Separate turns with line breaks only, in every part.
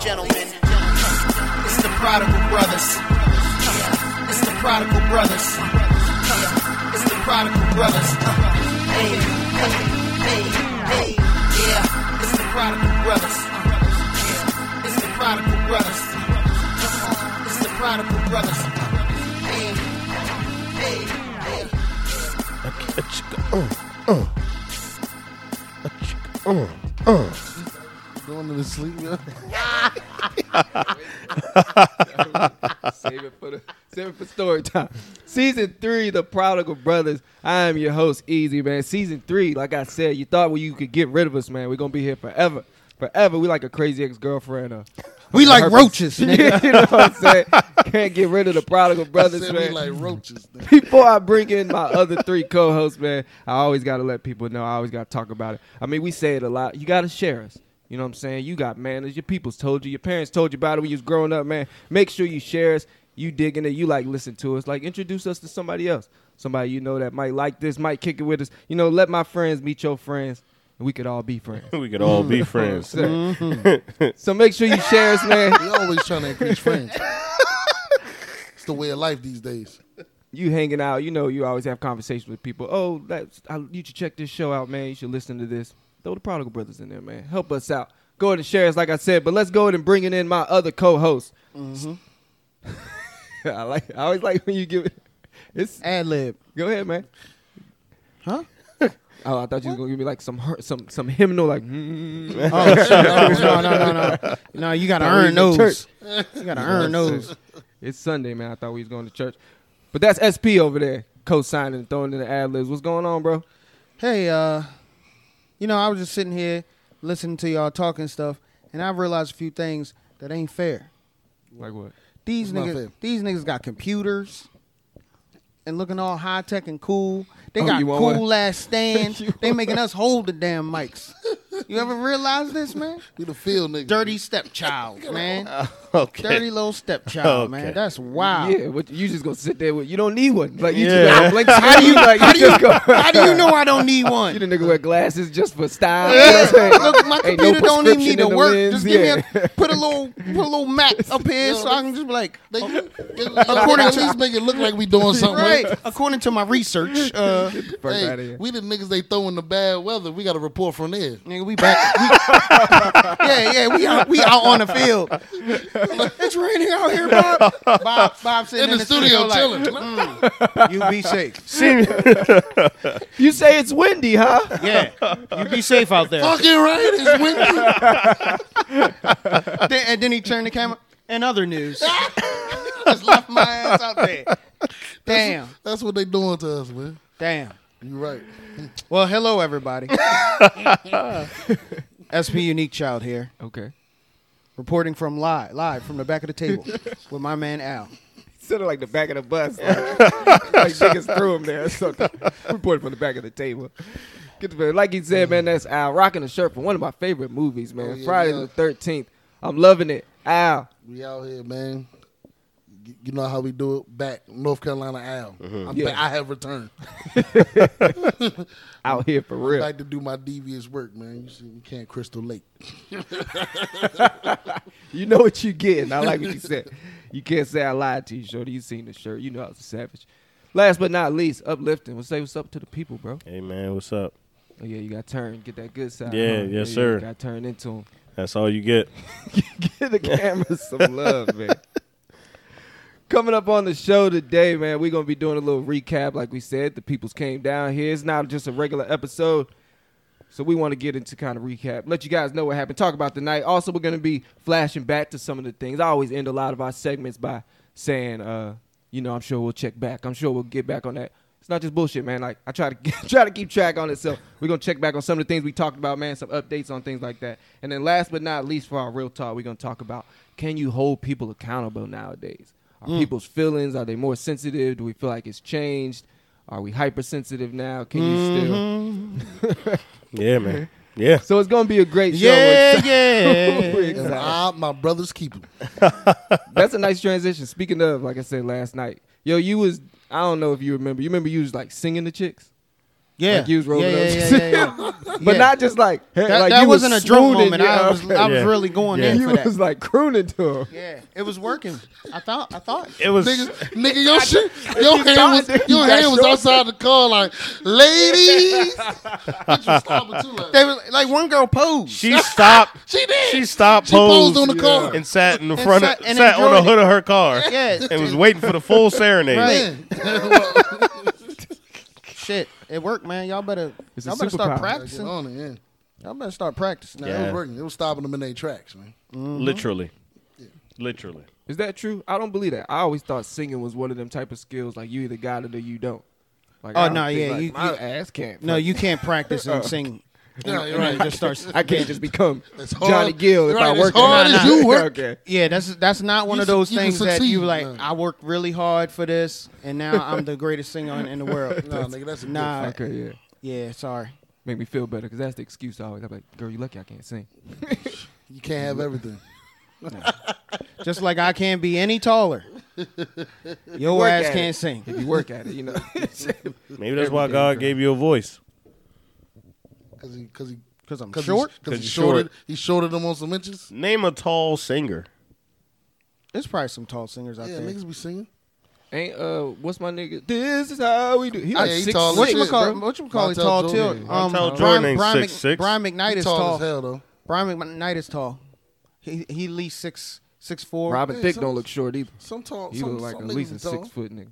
gentlemen, it's the prodigal brothers. It's the prodigal brothers. It's the prodigal brothers. Hey, hey, hey, hey, yeah. It's the prodigal brothers. It's the prodigal brothers. It's the prodigal brothers. Hey, hey, hey.
A chick- uh, uh. A chick- uh, uh.
Going to sleep, yo.
save it for the save it for story time. Season three, The Prodigal Brothers. I am your host, Easy Man. Season three, like I said, you thought well, you could get rid of us, man. We're gonna be here forever, forever. We like a crazy ex girlfriend. Uh,
We like
herpes.
roaches,
you
nigga.
know what I'm saying? Can't get rid of the Prodigal
I
Brothers,
said
man.
we like roaches. Nigga.
Before I bring in my other three co-hosts, man, I always gotta let people know. I always gotta talk about it. I mean, we say it a lot. You gotta share us. You know what I'm saying? You got manners. Your people's told you. Your parents told you about it when you was growing up, man. Make sure you share us. You digging it. You like listen to us. Like introduce us to somebody else. Somebody you know that might like this, might kick it with us. You know, let my friends meet your friends, and we could all be friends.
We could all be friends.
So make sure you share us, man.
We always trying to increase friends. it's the way of life these days.
you hanging out, you know, you always have conversations with people. Oh, that's I, you should check this show out, man. You should listen to this. Throw the Prodigal Brothers in there, man. Help us out. Go ahead and share us, like I said. But let's go ahead and bring it in my other co-host.
Mm-hmm.
I like. I always like when you give it. It's
Ad lib.
go ahead, man.
Huh?
Oh, I thought you was gonna give me like some her, some some hymnal, like mm,
Oh, shit. No, no, no, no, no. No, you got to earn
we in
those. You got to earn those.
it's Sunday, man. I thought we was going to church, but that's SP over there co-signing, throwing in the ad libs. What's going on, bro?
Hey, uh, you know, I was just sitting here listening to y'all talking stuff, and I realized a few things that ain't fair.
Like what?
These
What's not
niggas,
fair?
these niggas got computers and looking all high tech and cool. They
Oh,
got
you want one?
cool ass stands.
You
they making us hold the damn mics. You ever realize this, man?
We the field niggas.
Dirty stepchild, man.
okay.
Dirty little stepchild, man.
Okay.
That's wild.
Yeah, what, you just gonna sit there with you don't need one. Like you
Yeah.
just like, like how do you like you just go
How do you know I don't need one?
you the nigga wear glasses just for style? You know what I'm saying?
Look, my
Ain't no
computer don't even
prescription
need
in
to
the
work.
lens,
Just give
yeah.
me a put a little put a little Mac up here so I can just be like, uh,
They, they, according
According
to
to-
these niggas, look like we doing something.
right. According to my research, uh,
Fuck
Hey,
outta here.
we the niggas they throw in the bad weather. We got a report from there.
nigga, we back. We- yeah, yeah, we out, we out on the field. it's raining out here, Bob. Bob, Bob sitting
In, the, studio,
like,
chilling.
you be safe.
You say it's windy, huh?
Yeah, you be safe out there.
Fucking right, it's windy.
Then- and then he turned the camera. And other news, just left my ass out there. Damn,
That's what they doing to us, man.
damn.
You right.
Well, hello everybody. SP Unique Child here,
Okay.
reporting from live, live from the back of the table with my man Al.
Sort of like the back of the bus. Like, like niggas threw him there. So reported from the back of the table. Get the, like he said, man, that's Al rocking a shirt from one of my favorite movies, man.
Oh, yeah,
Friday
yeah.
the thirteenth. I'm loving it. Al.
We out here, man. Y- You know how we do it back North Carolina Al. I'm
Yeah.
back- I have returned.
Out here for real.
like to do my devious work, man. You see, we can't Crystal Lake.
You know what you getting. I like what you said. You can't say I lied to you, Shorty. You seen the shirt. You know I was a savage. Last but not least, uplifting. We'll say what's up to the people, bro.
Hey man, what's up?
Oh yeah, you got turned. Get that good side.
Yeah,
huh?
yes, sir.
you got turned into him.
That's all you get.
Give the camera some love, man. Coming up on the show today, man, we're gonna be doing a little recap. Like we said, the peoples came down here. It's not just a regular episode. So we want to get into kind of recap, let you guys know what happened, talk about the night. Also, we're gonna be flashing back to some of the things. I always end a lot of our segments by saying, uh, you know, I'm sure we'll check back. I'm sure we'll get back on that. It's not just bullshit, man. Like I try to try to keep track on it. So we're gonna check back on some of the things we talked about, man. Some updates on things like that. And then last but not least, for our real talk, we're gonna talk about can you hold people accountable nowadays? Are people's feelings are they more sensitive? Do we feel like it's changed? Are we hypersensitive now? Can you still?
Yeah, man. Yeah.
So it's gonna be a great show. We're
Yeah,
excited.
yeah.
We're
And
excited.
I, my brother's keeper.
That's a nice transition. Speaking of, like I said last night, yo, you was I don't know if you remember. You remember you was like singing the chicks.
Yeah.
Like you was rolling
yeah,
up.
yeah, yeah, yeah, yeah.
But
Yeah.
not just like hey,
that,
like
that
you
wasn't
was
a drunk
swooning,
moment.
yeah,
I was, I was
Yeah.
really going
Yeah.
in
you
for that.
was like crooning to him.
Yeah, it was working. I thought. I thought.
It was
Nigga, nigga, your shit, your
thought
hand was,
that
your
you got
hand was
short.
outside the car, like, ladies. Bitch was slobbing too, like,
They was, like one girl posed.
she stopped.
she did.
She stopped.
She posed on the car.
and sat in the
And
front.
sat-
of,
and
sat on the
enjoyed it.
hood of her car.
Yes.
and was waiting for the full serenade.
Right.
Yeah.
Shit, it worked, man. Y'all better.
It's a
y'all better start
superpower.
practicing.
on it, yeah.
Y'all better start practicing.
It
Yeah.
was working. It was stopping them in their tracks, man.
Mm-hmm. Literally, literally.
Is that true? I don't believe that. I always thought singing was one of them type of skills. Like you either got it or you don't. Like,
Oh,
I don't
no,
think,
yeah,
like,
you-
my
you-
ass can't.
No, you can't practice and sing.
Yeah, you're
And
right.
Just start.
I can't just become
It's hard.
Johnny Gill if
Right,
I
it's
work.
hard
as
it.
you work.
okay.
Yeah, that's that's not one
You
of those
su- you can
things that you
succeed.
like.
No.
I worked really hard for this, and now I'm the greatest singer in, in the world.
Nah, nigga, that's a good
Nah,
Okay, yeah.
yeah, sorry.
Make me feel better because that's the excuse I always. I'm like, girl, you lucky I can't sing.
You can't have everything.
Just like I can't be any taller. Your
Work
ass
at
can't
it.
sing.
If you work at it, you know.
Maybe that's why
Everything,
God
bro.
gave you a voice.
Because he, cause he,
Cause I'm
cause
short.
Because he,
he's
shorted,
short.
he shorted them on some inches.
Name a tall singer.
There's probably some tall singers out
Yeah,
there.
niggas be singing.
Ain't uh, what's my nigga? This is how we do. He like
yeah, he
six,
tall as
What
six,
you
shit,
call
bro.
what you call it
Montel
tall till?
Jordan.
Um,
Montel
Brian,
Jordan ain't
Brian, Mc-
6'6".
Brian McKnight
He
is
tall
tall.
as hell, though.
Brian McKnight is tall. He he at least six six four.
Robin
Yeah,
Thicke
some-
don't look short either.
Some tall,
He
some,
look like
some
at
niggas
least
be
a
tall.
six foot nigga.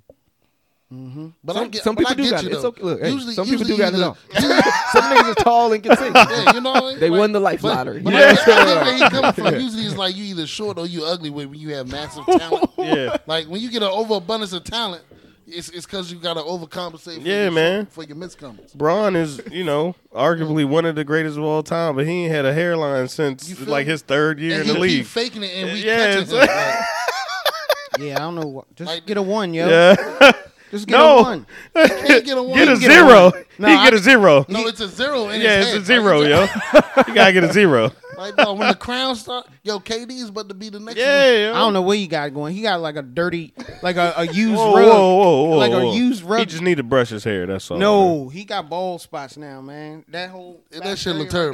But I
Some,
get,
some
but I
people do
get
got
you,
it. It's
though.
okay. Look, hey,
Usually-
some people do
usually
got it
you
all. some niggas are tall and can sing.
Yeah, you know what I mean?
They
Like-
won the life
but-
lottery.
But
Yeah.
I get where he coming from. Usually it's like you either short or you ugly when you have massive talent.
Yeah.
Like when you get an overabundance of talent, it's it's because you got to overcompensate. For
Yeah,
your,
man.
For your miscomings.
Braun is, you know, arguably one of the greatest of all time, but he ain't had a hairline
You
since
feel
like
me?
his third year
and
in
he
the league.
keep faking it, and we
Yeah,
catching
it's-
him. Like,
Yeah, I don't know. What, just
Like-
get a one, yo.
yeah.
Just get
No.
a one.
can't get a one.
Get a
You
a
zero.
one.
he
No,
get a
I-
zero.
No, it's a zero. In
yeah,
his
it's
head.
a zero,
Like,
yo. you gotta get a zero.
Like, no, when the crown start, yo, KD is about to be the next.
Yeah,
one.
yo.
I don't know what he got going. He got like a dirty, like a, a used
Whoa,
rug.
whoa, whoa, whoa,
like
whoa.
a used rug.
He just Oh. need to brush his hair. That's all. man.
no, he got bald spots now, man. That whole
That
back
shit look
area right
terrible.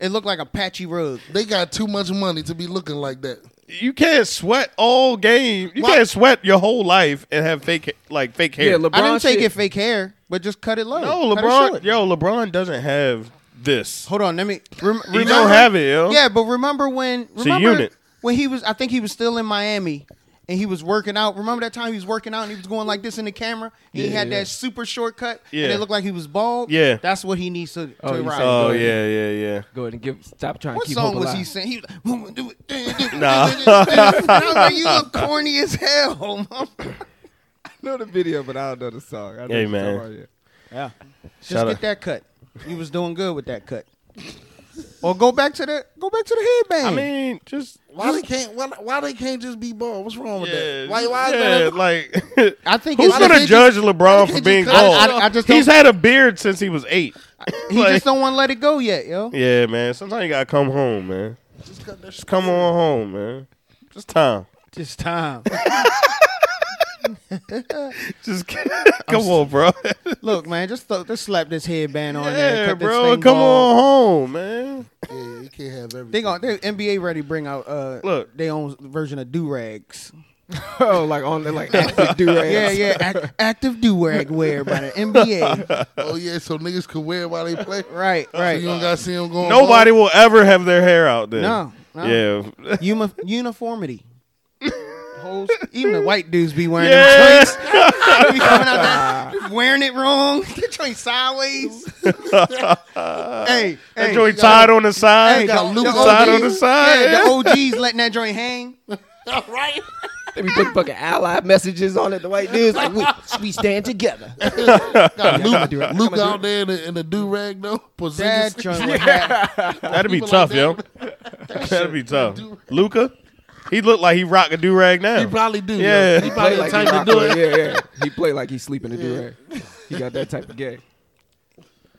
there, it looked like a patchy rug.
They got too much money to be looking like that.
you can't sweat all game. You
Why-
can't sweat your whole life and have fake, like fake hair.
Yeah, LeBron.
I didn't say
shit.
get fake hair, but just cut it low.
No,
Cut it
LeBron.
short.
Yo, LeBron doesn't have this.
Hold on, let me. Rem-
He
remember-
don't have it, yo.
Yeah, but remember when?
a
Remember
unit.
when he was? I think he was still in Miami, and he was working out. Remember that time he was working out and he was going like this in the camera. And he
Yeah,
had
yeah.
that super shortcut,
Yeah.
and it looked like he was bald.
Yeah.
that's what he needs to, to
Oh, he's
ride.
all-
Oh
Go ahead.
yeah, yeah, yeah.
Go ahead and give. Stop trying
what
to keep
song
hope
was
alive.
he saying? He was like, "Woman, do it, do it, do it,
Nah.
do it, do it, do it." And I was like, you look corny as hell, mom.
know the video, but I don't know the song. I know
Hey,
what you're
man.
talking about,
Yeah, just
Shout
get
out.
that cut. You was doing good with that cut. or go back to the go back to the
I
headband.
mean, just
Why they can't? Why, why they can't just be bald? What's wrong with
yeah,
that? Why? Why?
yeah,
is that-
like.
I think
Who's
it's
they
gonna
just-
judge LeBron
they
for
just
being
cut
bald?
it off? I- I just
He's
don't-
had a beard since he was eight.
He
Like-
just don't want to let it go yet, yo.
Yeah, man. Sometimes you gotta come home, man.
Just cut that shit.
Just come on home, man. Just time.
Just time.
Just come on, bro.
Look, man, just throw, just slap this headband on there.
yeah,
Cut
bro.
This thing
Come
bald.
on home, man.
Yeah, you can't have everything.
They gonna they, NBA ready to bring out uh
Look.
their own version of do rags.
yeah. oh, like on the like active do rags.
Yeah, yeah, act, active do rag wear by the NBA.
Oh yeah, so niggas could wear while they play.
Right,
So you
right.
don't gotta see them going.
Nobody will ever have their hair out then.
No, no.
Yeah.
Uni- uniformity. Hoes- Even the white dudes be wearing them
Yeah.
joints. They be coming out there wearing it wrong. They joint sideways. hey,
That
hey,
joint tied on the side.
Hey,
got
the-
loops
the
tied
OGs
on the side.
Yeah,
Yeah,
the OGs letting that joint hang.
They be putting fucking ally messages on it. The white dudes like we, we stand together.
Got Luke, Luke out there in the, in the do rag though.
That
Porzingis.
joint would have,
That'd be
People
tough,
like
yo. That'd be tough. Luca, he looked like he rocked a do rag now.
He probably do.
Yeah.
yo. he
Play
probably
like
the
he
type to do
rock
it.
with Yeah, yeah. He play like he's sleeping to do rag. He got that type of gay.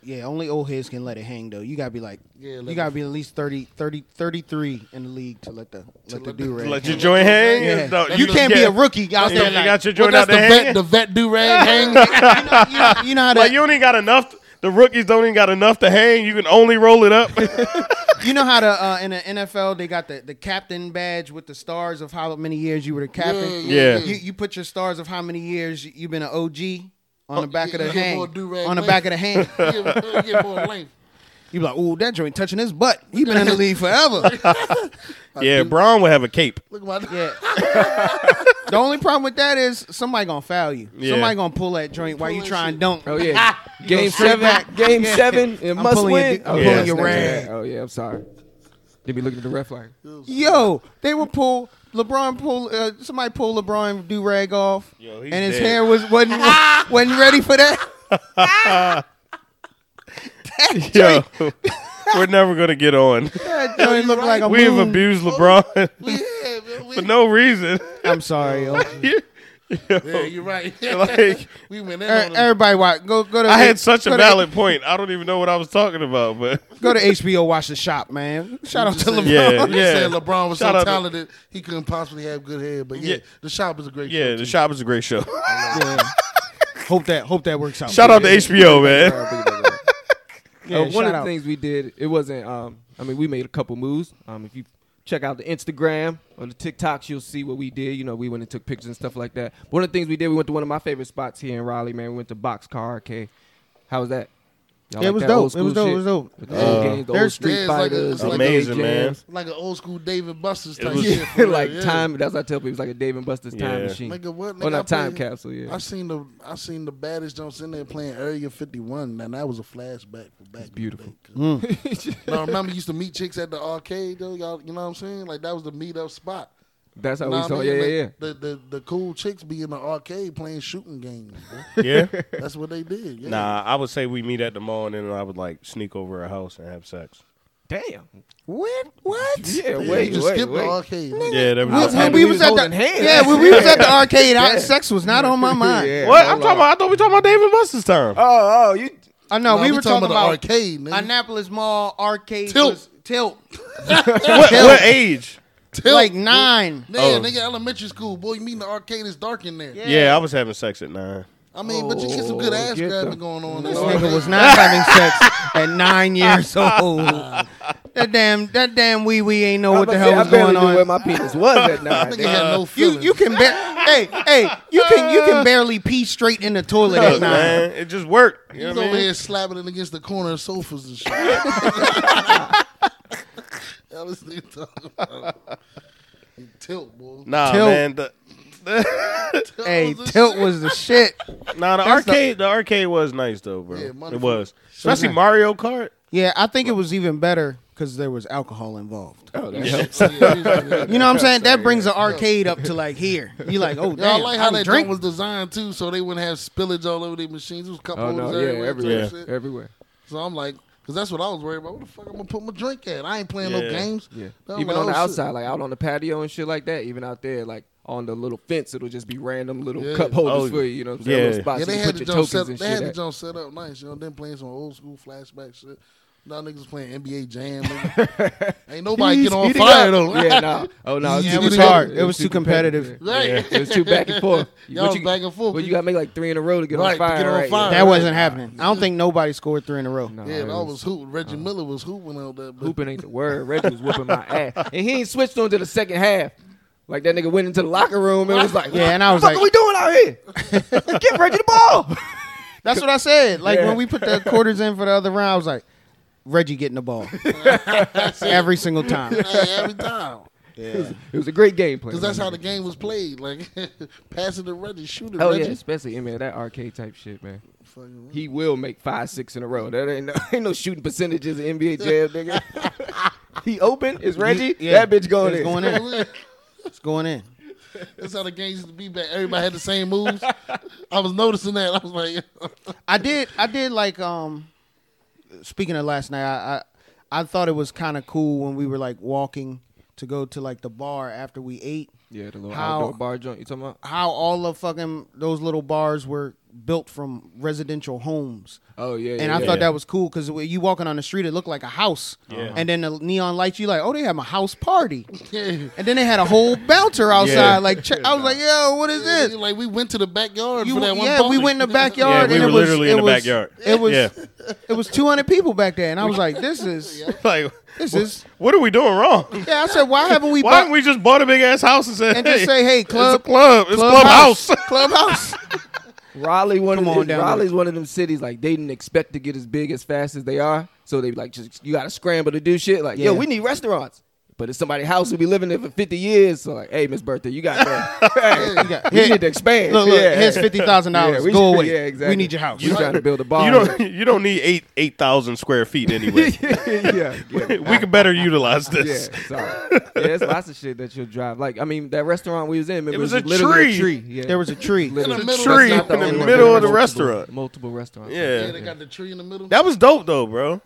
yeah, only old heads can let it hang though. You gotta be like,
Yeah, let
you gotta be at least 30, 30, 33 in the league to let the let the
let the-
do rag.
Let your joint hang.
Yeah.
No,
you
just
can't be
get-
a rookie out
You
there.
got your
But
joint
that's
out
the
there
vet, the
hanging.
vet do rag hang.
like, you, know, you know how
Like
that.
you only got enough The rookies don't even got enough to hang. You can only roll it up.
You know how the uh, in the NFL they got the, the captain badge with the stars of how many years you were the captain.
Yeah.
You, you put your stars of how many years you've been an OG on the back of the
yeah,
hand.
more do-rag
On the
length.
back of the hand.
Get, get more length.
You be like, ooh, that joint touching his butt. He been in the league forever.
yeah, Braun would have a cape.
Look at my.
Yeah. the only problem with that is somebody gonna foul you.
Yeah.
Somebody gonna pull that joint while you
Pulling
try and
shit.
dunk.
Oh yeah, game
straight
seven.
back.
Game
Yeah.
seven. It
I'm
must
pulling
win.
your- I'm
Oh,
pulling
your
that's-
rag.
Oh yeah, I'm sorry. They be looking at the red flag.
Yo, they would pull LeBron pull uh, somebody pull LeBron do rag off,
Yo, he's
and his
dead.
hair was wasn't wasn't ready for that.
Yo, we're never gonna get on.
That joint looked like a
We've
moon.
abused LeBron
Yeah, man, we,
for no reason.
I'm sorry, yo.
yeah, you're right.
like
we went in
Er-
on him.
Everybody, watch. go go to.
I had such a
go to-
valid point. I don't even know what I was talking about, but
Go to HBO, watch the shop, man. Shout out to LeBron.
yeah,
You
yeah.
said LeBron was
Shout out
so
to-
talented he couldn't possibly have good hair, but yeah,
Yeah.
the shop is a great
Yeah,
show.
the
too.
shop is a great show.
Hope that hope that works out.
Shout out to HBO, man.
Yeah,
Uh, one
shout
of the
out.
things we did, it wasn't. Um, I mean, we made a couple moves. Um, if you check out the Instagram or the TikToks, you'll see what we did. You know, we went and took pictures and stuff like that. One of the things we did, we went to one of my favorite spots here in Raleigh, man. We went to Boxcar Arcade. How was that? Y'all
Yeah, it
like
was
that
dope.
old
It
school
was dope.
shit?
It was dope.
With the old
Uh,
games, the
there's-
old Street
yeah, it's like a-
Fighters,
it's
the
like
old
Amazing, man.
jams.
like an old school David Buster's type
was-
shit. for real,
like
yeah.
time. That's what I tell people. It's like a David Buster's time
Yeah.
machine.
Nigga, what?
Well,
Nigga,
not
I
time
played-
capsule. Yeah,
I seen the I seen the baddest jumps in there playing Area 51, and that was a flashback for back. in the
beautiful.
day.
Mm.
now remember, you used to meet chicks at the arcade though. Y'all, you know what I'm saying? Like that was the meet up spot.
that's how
Know
Oh, we
what
saw.
I
Yeah,
mean?
yeah,
Like,
yeah.
The, the the cool chicks be in the arcade playing shooting games. bro.
Yeah.
That's what they did. Yeah.
Nah, I would say we meet at the mall and then I would like sneak over her house and have sex.
Damn.
What? What?
Yeah.
Yeah,
Wait.
you just
wait.
skipped
wait.
the arcade. nigga.
Yeah, that
When-
was
was
when
happy
we
we
was
was
at the
holding hands.
yeah, when we was at the arcade, I, sex was not on my mind.
Yeah.
What?
no
I'm
lie.
talking about I thought we talking about David Buster's time.
Oh, oh, you.
I know
Nah,
we, were talking, about,
the arcade. Nigga.
Annapolis Mall arcade
Tilt.
was- tilt
what,
Hell.
what age?
Tilt.
like nine.
Yeah,
Oh.
nigga, elementary school. Boy, you mean the arcade is dark in there.
Yeah.
Yeah, I was having sex at nine.
I mean, but you get some good
Oh,
ass
get
grabbing
the-
going on.
This
in the
nigga
arcade.
was not having sex at nine years old. That damn that damn wee wee ain't know what the
I'm
hell
about
was
to say, I barely
going
knew Where
on.
my penis was at
Nigga
night.
had no
You
feelings.
you can bar- hey hey you can you can barely pee straight in the toilet at
Look,
nine.
man, it just worked. You know
He's
what I
over
mean?
here slapping it against the corner of sofas and shit. That was the talking about. You Tilt, boy.
Nah,
Tilt.
man. The,
Tilt
Hey,
was the
tilt
shit.
was the shit.
nah, the
That's the-
arcade, the arcade was nice though, bro.
Yeah,
it
motherfucker.
was, especially Mario Kart.
Yeah, I think it was even better because there was alcohol involved.
Oh, that helps.
You know what I'm saying? That brings the arcade up to like here. You like, oh
Yeah, I
damn,
like how
I'm
that
drinking.
joint was designed too, so they wouldn't have spillage all over their machines. It was cup
Oh
holders
no, yeah,
everywhere.
everywhere,
type shit.
everywhere.
So I'm like, because that's what I was worried about. What the fuck I'm gonna put my drink at? I ain't playing no
Yeah.
games.
Yeah,
So I'm
even
like,
on the
oh, shit.
outside, like out on the patio and shit like that. Even out there, like on the little fence, it'll just be random little
Yeah.
cup holders
Oh,
for you. You know, what I'm
yeah.
saying? Little spots
Yeah, they
you
had
put
the
your tokens
jump set.
and
They
shit.
had the
at.
jump set up nice. You know, them playing some old school flashback shit. Now niggas playing NBA Jam. nigga. ain't nobody get on
Speeding
fire
up.
though.
yeah, no. Oh no,
Yeah,
too
it was
competitive.
hard. It was too competitive.
Right.
Yeah, It was too back and forth.
Y'all
What
was back and forth.
Well, you gotta make like three in a row to get
Right,
on
to
fire.
get on
right?
fire.
That wasn't happening. I don't think nobody scored three in a row.
No, it
Yeah, I
was-
was hooping. Reggie Miller was hooping out there. But
Hooping ain't the word. Reggie was whooping my ass, and he ain't switched on to the second half. Like that nigga went into the locker room and was like,
Yeah, and I was
what
like-
the fuck are we doing out here? Get Reggie the ball."
That's what I said. Like
Yeah.
when we put the quarters in for the other round, I was like, Reggie getting the ball every single time.
Hey, every time.
It was a great game plan.
Because that's how the game was played. Like, passing to Reggie, shooting
Oh yeah,
Reggie.
especially yeah, man, that arcade type shit, man.
Fucking
He will make five, six in a row. That ain't no, ain't no shooting percentages in NBA Jam, nigga. he open is Reggie.
yeah.
That bitch going
It's
in.
going in. It's going in.
That's how the games used to be back. Everybody had the same moves. I was noticing that. I was like,
I did. I did like. Um, speaking of last night, I I, I thought it was kind of cool when we were like walking to go to like the bar after we ate.
Yeah, the little
How-
outdoor bar joint you talking about?
How all the fucking those little bars were built from residential homes.
Oh yeah,
and I thought that was cool because you walking on the street, it looked like a house.
Yeah.
And then the neon lights, you like, oh, they have a house party. and then they had a whole bouncer outside. Like, check, I was like, yo, what is this?
Like we went to the backyard
You-
for that one.
yeah, we
party.
went in the
Yeah,
backyard.
we
and
were
it was,
literally
it
in the
was-
backyard.
It was,
Yeah.
it was 200 people back there, and I was like, this is,
Like,
this is.
what are we doing wrong?
Yeah, I said, why haven't we?
Why
bought-
haven't we just bought a big ass house and said,
and
hey,
just say, hey, club,
it's a club, it's clubhouse.
clubhouse.
Raleigh one
Come
of
on down
them, Raleigh's one of them cities like they didn't expect to get as big as fast as they are, so they like just you got to scramble to do shit. Like yo,
Yeah.
we need restaurants, but it's somebody's house. We be living there for fifty years, so like hey, Miss Bertha, you got that.
You got-
we
here-
need to expand.
Look, look,
Yeah.
here's fifty thousand
Yeah,
dollars.
we-
Go away.
yeah, exactly.
We need your house.
You trying to build a bar?
You don't you don't need eight eight thousand square feet anyway.
yeah, yeah.
we can better utilize this.
Yeah, sorry. Yeah, there's lots of shit that you'll drive. Like, I mean, that restaurant we was in, remember,
It was a
literally
tree.
Yeah.
There was a tree.
Literally.
In the
The
middle,
tree in
that's not the
the
only
middle of
one.
the
Multiple-
restaurant.
Multiple restaurants.
Yeah.
Yeah, they got the tree in the middle.
That was dope though, bro.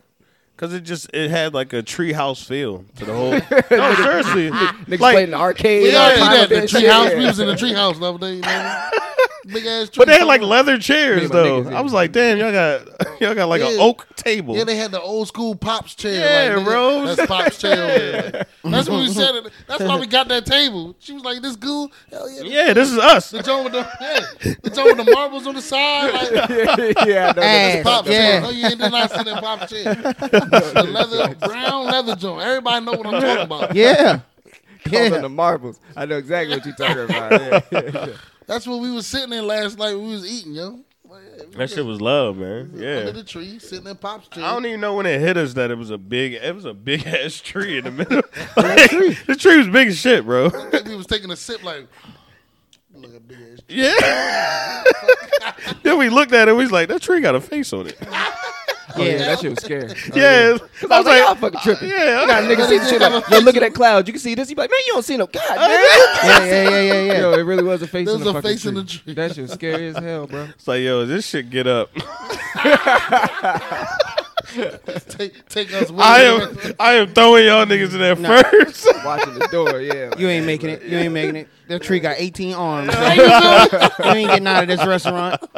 Cause it just it had like a treehouse feel to the whole. no, seriously,
Niggas playing
like,
in the arcade.
we
all
already
kind
did
of
that. The
shit.
tree house. We
Yeah.
was in the tree house the other day. You know? Big ass tree.
but they had like leather
Me
chairs
and my
though.
niggas, yeah.
I was like, damn, y'all got y'all got like an
Yeah.
oak table.
Yeah, they had the old school pops chair.
Yeah,
like, nigga,
bro.
That's pops chair. over there. Like, that's what we said. it- That's why we got that table. She was like, "This goo, hell yeah."
yeah, this is us.
The joint with the yeah, the joint with the marbles on the side, like
yeah, I know.
Ass.
pop chair. Oh
yeah.
yeah, and then I said that pop chair, the leather brown leather joint. Everybody know what I'm talking about.
Yeah.
Calling
Yeah.
the marbles. I know exactly what you're talking about. Yeah, yeah,
That's what we was sitting in last night. when We was eating, yo. Like, yeah, we
That shit was love, man.
Under
Yeah.
the tree, sitting in pops chair.
I don't even know when it hit us that it was a big it was a big ass tree in the middle. Like, the tree was big as shit, bro.
think we was taking a sip like. Look at big ass.
Yeah. then we looked at it. We was like, that tree got a face on it.
yeah. yeah that shit was scary. Oh,
Yeah.
I was like, y'all fucking tripping.
yeah.
Nah, niggas see the shit like, yo, look at that cloud. You can see this. You be like, man, you don't see no god, man.
Yeah, yeah, yeah, yeah, yeah.
Yo, it really was a face.
There
in
was
the
a
fucking
face
tree.
in the tree.
That shit was scary as hell, bro.
It's like, yo, this shit get up.
Take, take us. With
I
us.
am I am throwing y'all niggas in there first.
Watching the door, yeah.
You ain't making it. You ain't making it. That tree got 18 arms. you ain't getting out of this restaurant.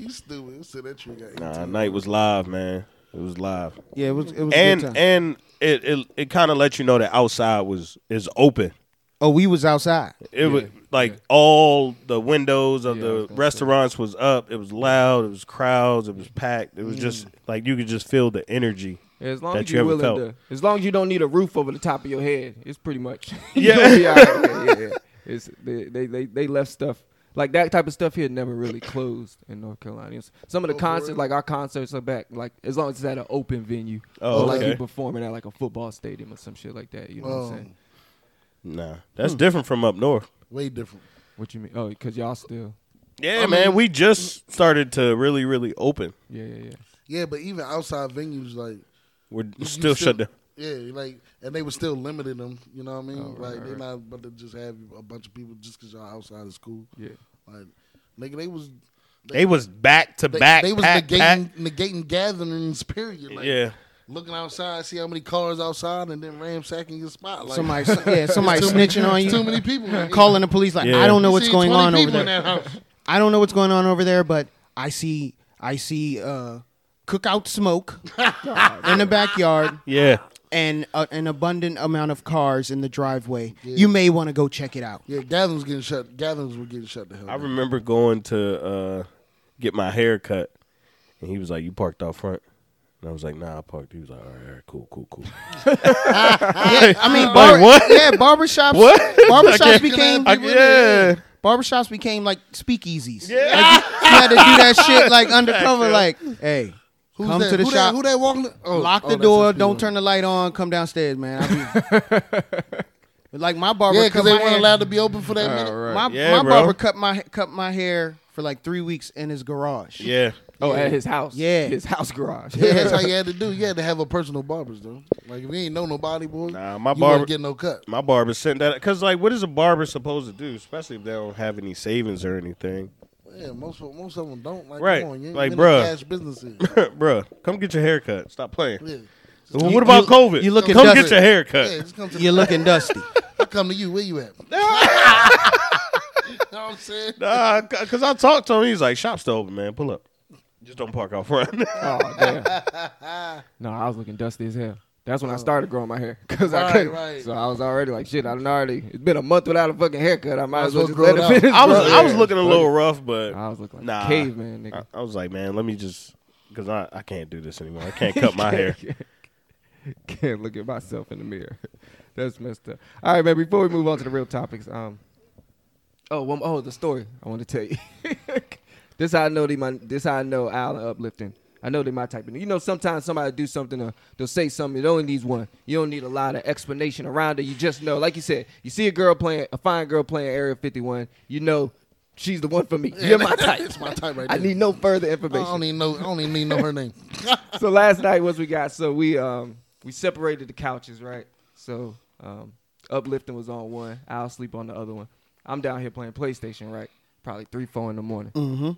You stupid. Sit that tree got
nah, night was live, man. It was live.
Yeah, it was. It was a good
And
time.
and it it, it kind of let you know that outside was is open.
oh, we was outside.
It was like all the windows of the restaurants was up. It was loud. It was crowds. It was packed. It was just like you could just feel the energy.
As long
that
as
you
you're
ever
willing
felt.
to, as long as you don't need a roof over the top of your head, it's pretty much.
Yeah.
You'll be all right. yeah, yeah, yeah. It's, they, they, they, they left stuff like that type of stuff here never really closed in North Carolina. It's- Some of the concerts, like our concerts, are back. Like as long as it's at an open venue,
Oh,
or like
okay.
you performing at like a football stadium or some shit like that. You know what I'm saying?
Nah, that's different from up north.
way different.
What you mean? Oh, because y'all still,
Yeah,
I
man,
mean-
we just started to really, really open.
yeah, yeah, yeah.
Yeah, but even outside venues, like
We're
you
still, shut down.
Yeah, like and they were still limiting them. You know what I mean?
Oh, right,
like they're
right.
not about to just have a bunch of people just because y'all outside of school.
Yeah.
Like, nigga, they was
They was back to
they,
back.
they was
pack,
negating
pack.
negating gatherings. Period. Like,
Yeah,
Looking outside, see how many cars outside, and then ransacking your spot. Like,
Somebody, yeah, somebody
too many-
snitching on
it's
you,
Too many people. Like,
calling the police. Like
Yeah.
I don't know
you
what's
see
going
20
on over
people in
there.
that house.
I don't know what's going on over there, but I see, I see, uh, cookout smoke in the backyard.
yeah.
and uh, an abundant amount of cars in the driveway. You may want to go check it out.
Yeah, gatherings getting shut. Gatherings were getting shut the hell.
I
down.
remember going to uh, get my hair cut, and he was like, "You parked out front." And I was like, "Nah, I parked." He was like, "All right, all right cool, cool, cool."
Yeah, I mean,
Like, what?
Yeah, barbershops.
What?
Barbershops became
I, yeah,
barbershops became like speakeasies. Yeah, you, had to do that shit like undercover. Like, hey,
Who's
come
that?
to the
who
shop.
That, who that walking? Oh,
lock
oh,
the
that's
door.
his
Don't
people.
turn the light on. Come downstairs, man. I be- like my barber.
Yeah, because
cut
they
my
weren't
hair-
allowed to be open for that minute.
My,
Yeah,
my
bro.
barber cut my cut my hair for like three weeks in his garage.
yeah.
Oh, at his house.
Yeah.
his house garage.
Yeah, that's how you had to do. You had to have a personal barbers though. Like if you ain't know nobody, boy,
Nah, my
you
barber-
wouldn't get no cut.
My barber sent that because, like, what is a barber supposed to do, especially if they don't have any savings or anything?
Yeah, most of- most of them don't. Like,
Right.
come on, you ain't
Like,
been in
bruh.
cash business here.
Bruh, come get your hair cut. Stop playing.
Yeah.
Well, what about
you-
COVID?
you look at
come
Dustin.
get your hair
Yeah,
cut.
just come to
You're looking dusty.
I come to you. Where you at? know what I'm saying?
Nah, because I talked to him. He's like, shop's still open, man. Pull up. Just don't park out front.
Oh damn. no, I was looking dusty as hell. That's when I started growing my hair because I
Right,
couldn't.
right.
So I was already like, shit. I'm already. It's been a month without a fucking haircut. I might as well
as
just
well
let
grow
it
it out.
finish.
I was
growing.
I was looking a
Fuck
little
it.
rough, but
I was looking like
Nah.
a caveman, nigga.
I, I was like, man, let me just because I, I can't do this anymore. I can't cut my hair.
Can't look at myself in the mirror. That's messed up. All right, man. Before we move on to the real topics, um, oh, one, oh, the story I want to tell you. this how I know they my. This how I know Al and uplifting. I know they my type. of You know, sometimes somebody do something, or they'll say something. It only needs one. You don't need a lot of explanation around it. You just know, like you said, you see a girl playing, a fine girl playing Area 51. You know, she's the one for me. You're my type.
It's my type right
I
there.
need no further
I
information
don't even know. I don't even need to know her name.
so last night was we got so we um we separated the couches right so um uplifting was on one i'll sleep on the other one i'm down here playing playstation right probably three four in the morning mm-hmm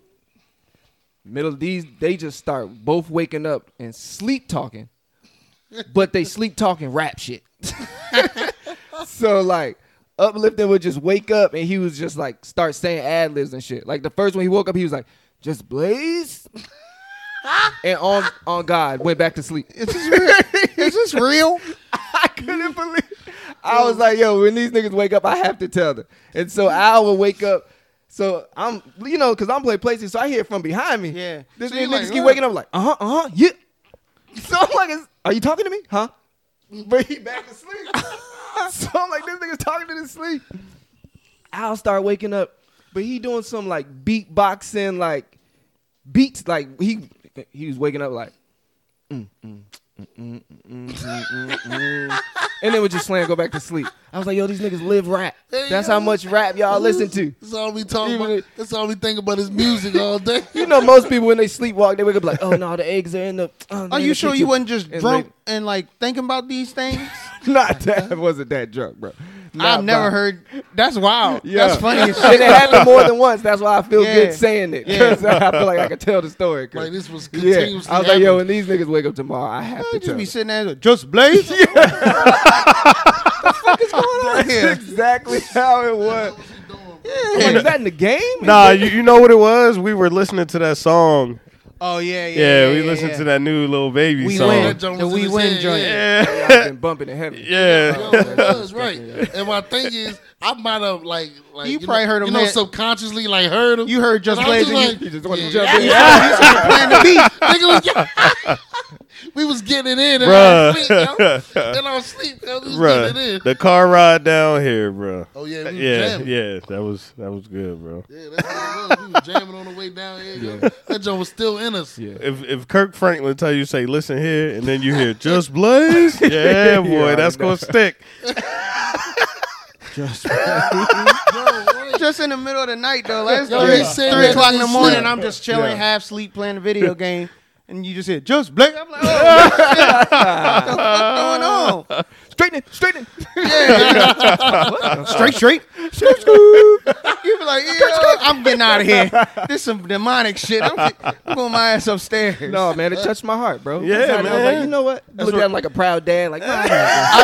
middle of these they just start both waking up and sleep talking but they sleep talking rap shit so like uplifting would just wake up and he was just like start saying ad libs and shit like the first one he woke up he was like just blaze and on on God went back to sleep.
Is this real? Is this real?
I couldn't believe. I was like, yo, when these niggas wake up, I have to tell them. And so Al will wake up. So I'm, you know, cause I'm playing PlayStation, so I hear it from behind me.
Yeah.
this
So
nigga
you like,
niggas keep
"Huh?"
waking up like, uh huh, uh huh, yeah. So I'm like, "Is- are you talking to me, huh? But he back to sleep. so I'm like, this nigga's talking to the sleep. Al start waking up, but he doing some like beatboxing, like beats, like he he was waking up like. mm, and then would just slam go back to sleep. I was like, yo, these niggas live rap.
There you
That's
go.
how much rap y'all listen to.
That's all we talking
Even
about.
if-
That's all we think about is music all day.
You know, most people when they sleepwalk, they wake up like, oh no, the eggs are in the. oh, they're
Are
in
you
the
sure
kitchen."
you wasn't just
And
drunk and like thinking about these things?
they- Not that I wasn't that drunk, bro.
I've never
heard.
heard. That's wild.
Yeah.
That's funny as
and it
shit.
happened more than once. That's why I feel
Yeah.
good saying it.
Yeah.
'Cause I feel like I could tell the story. 'cause-
Like, this was
yeah. I
continuously
was like, yo,
happening.
when these niggas wake up tomorrow, I have
I'll
to
just
tell.
be
them.
sitting there, just blaze.
That's exactly how it was. I'm like, is that in the game?
nah, you, you know what it was? We were listening to that song.
Oh yeah, yeah.
Yeah, we
yeah,
listened
yeah.
to that new little baby
We
song.
win.
That joint
The
was in
we
his
win
head,
joint.
yeah.
I've been bumping in heaven.
Yeah.
Yo, it was right. And my thing is, I might have like, like
You probably
know,
heard him
You know,
at-
subconsciously like heard him.
You heard just
And I was
blaze. and
just like,
you-
You just want to
Yeah.
jump in.
Playing the beat.
Nigga was- we was getting it in, and I
Bruh.
was asleep, yo. and I was asleep, yo. we was
Bruh,
getting it in.
the car ride down here, bruh.
Oh yeah, we was
yeah,
jamming.
yeah, that was that was good, bro.
Yeah, that's what it was. We was jamming on the way down here. yo. That joint was still in us.
Yeah.
If if Kirk Franklin tell you say listen here, and then you hear just blaze, yeah, boy,
I
that's
know.
gonna stick.
Yo, what?
Just in the middle of the night though. Like, it's
Yo,
three,
they said
three
that
o'clock in
they
the morning.
slept.
I'm just chilling,
Yeah.
half asleep, playing a video game, and you just hear just blaze. I'm like, oh shit, what the fuck
Straightening, straightening.
going on? Straight, straight. You be like, yeah, I'm getting out of here. This some demonic shit. I'm, get- I'm going my ass upstairs.
No, man, it touched my heart, bro.
Yeah,
That's how I was like,
man.
you know what? Looked at
what-
him like a proud dad. Like, nah,
I'd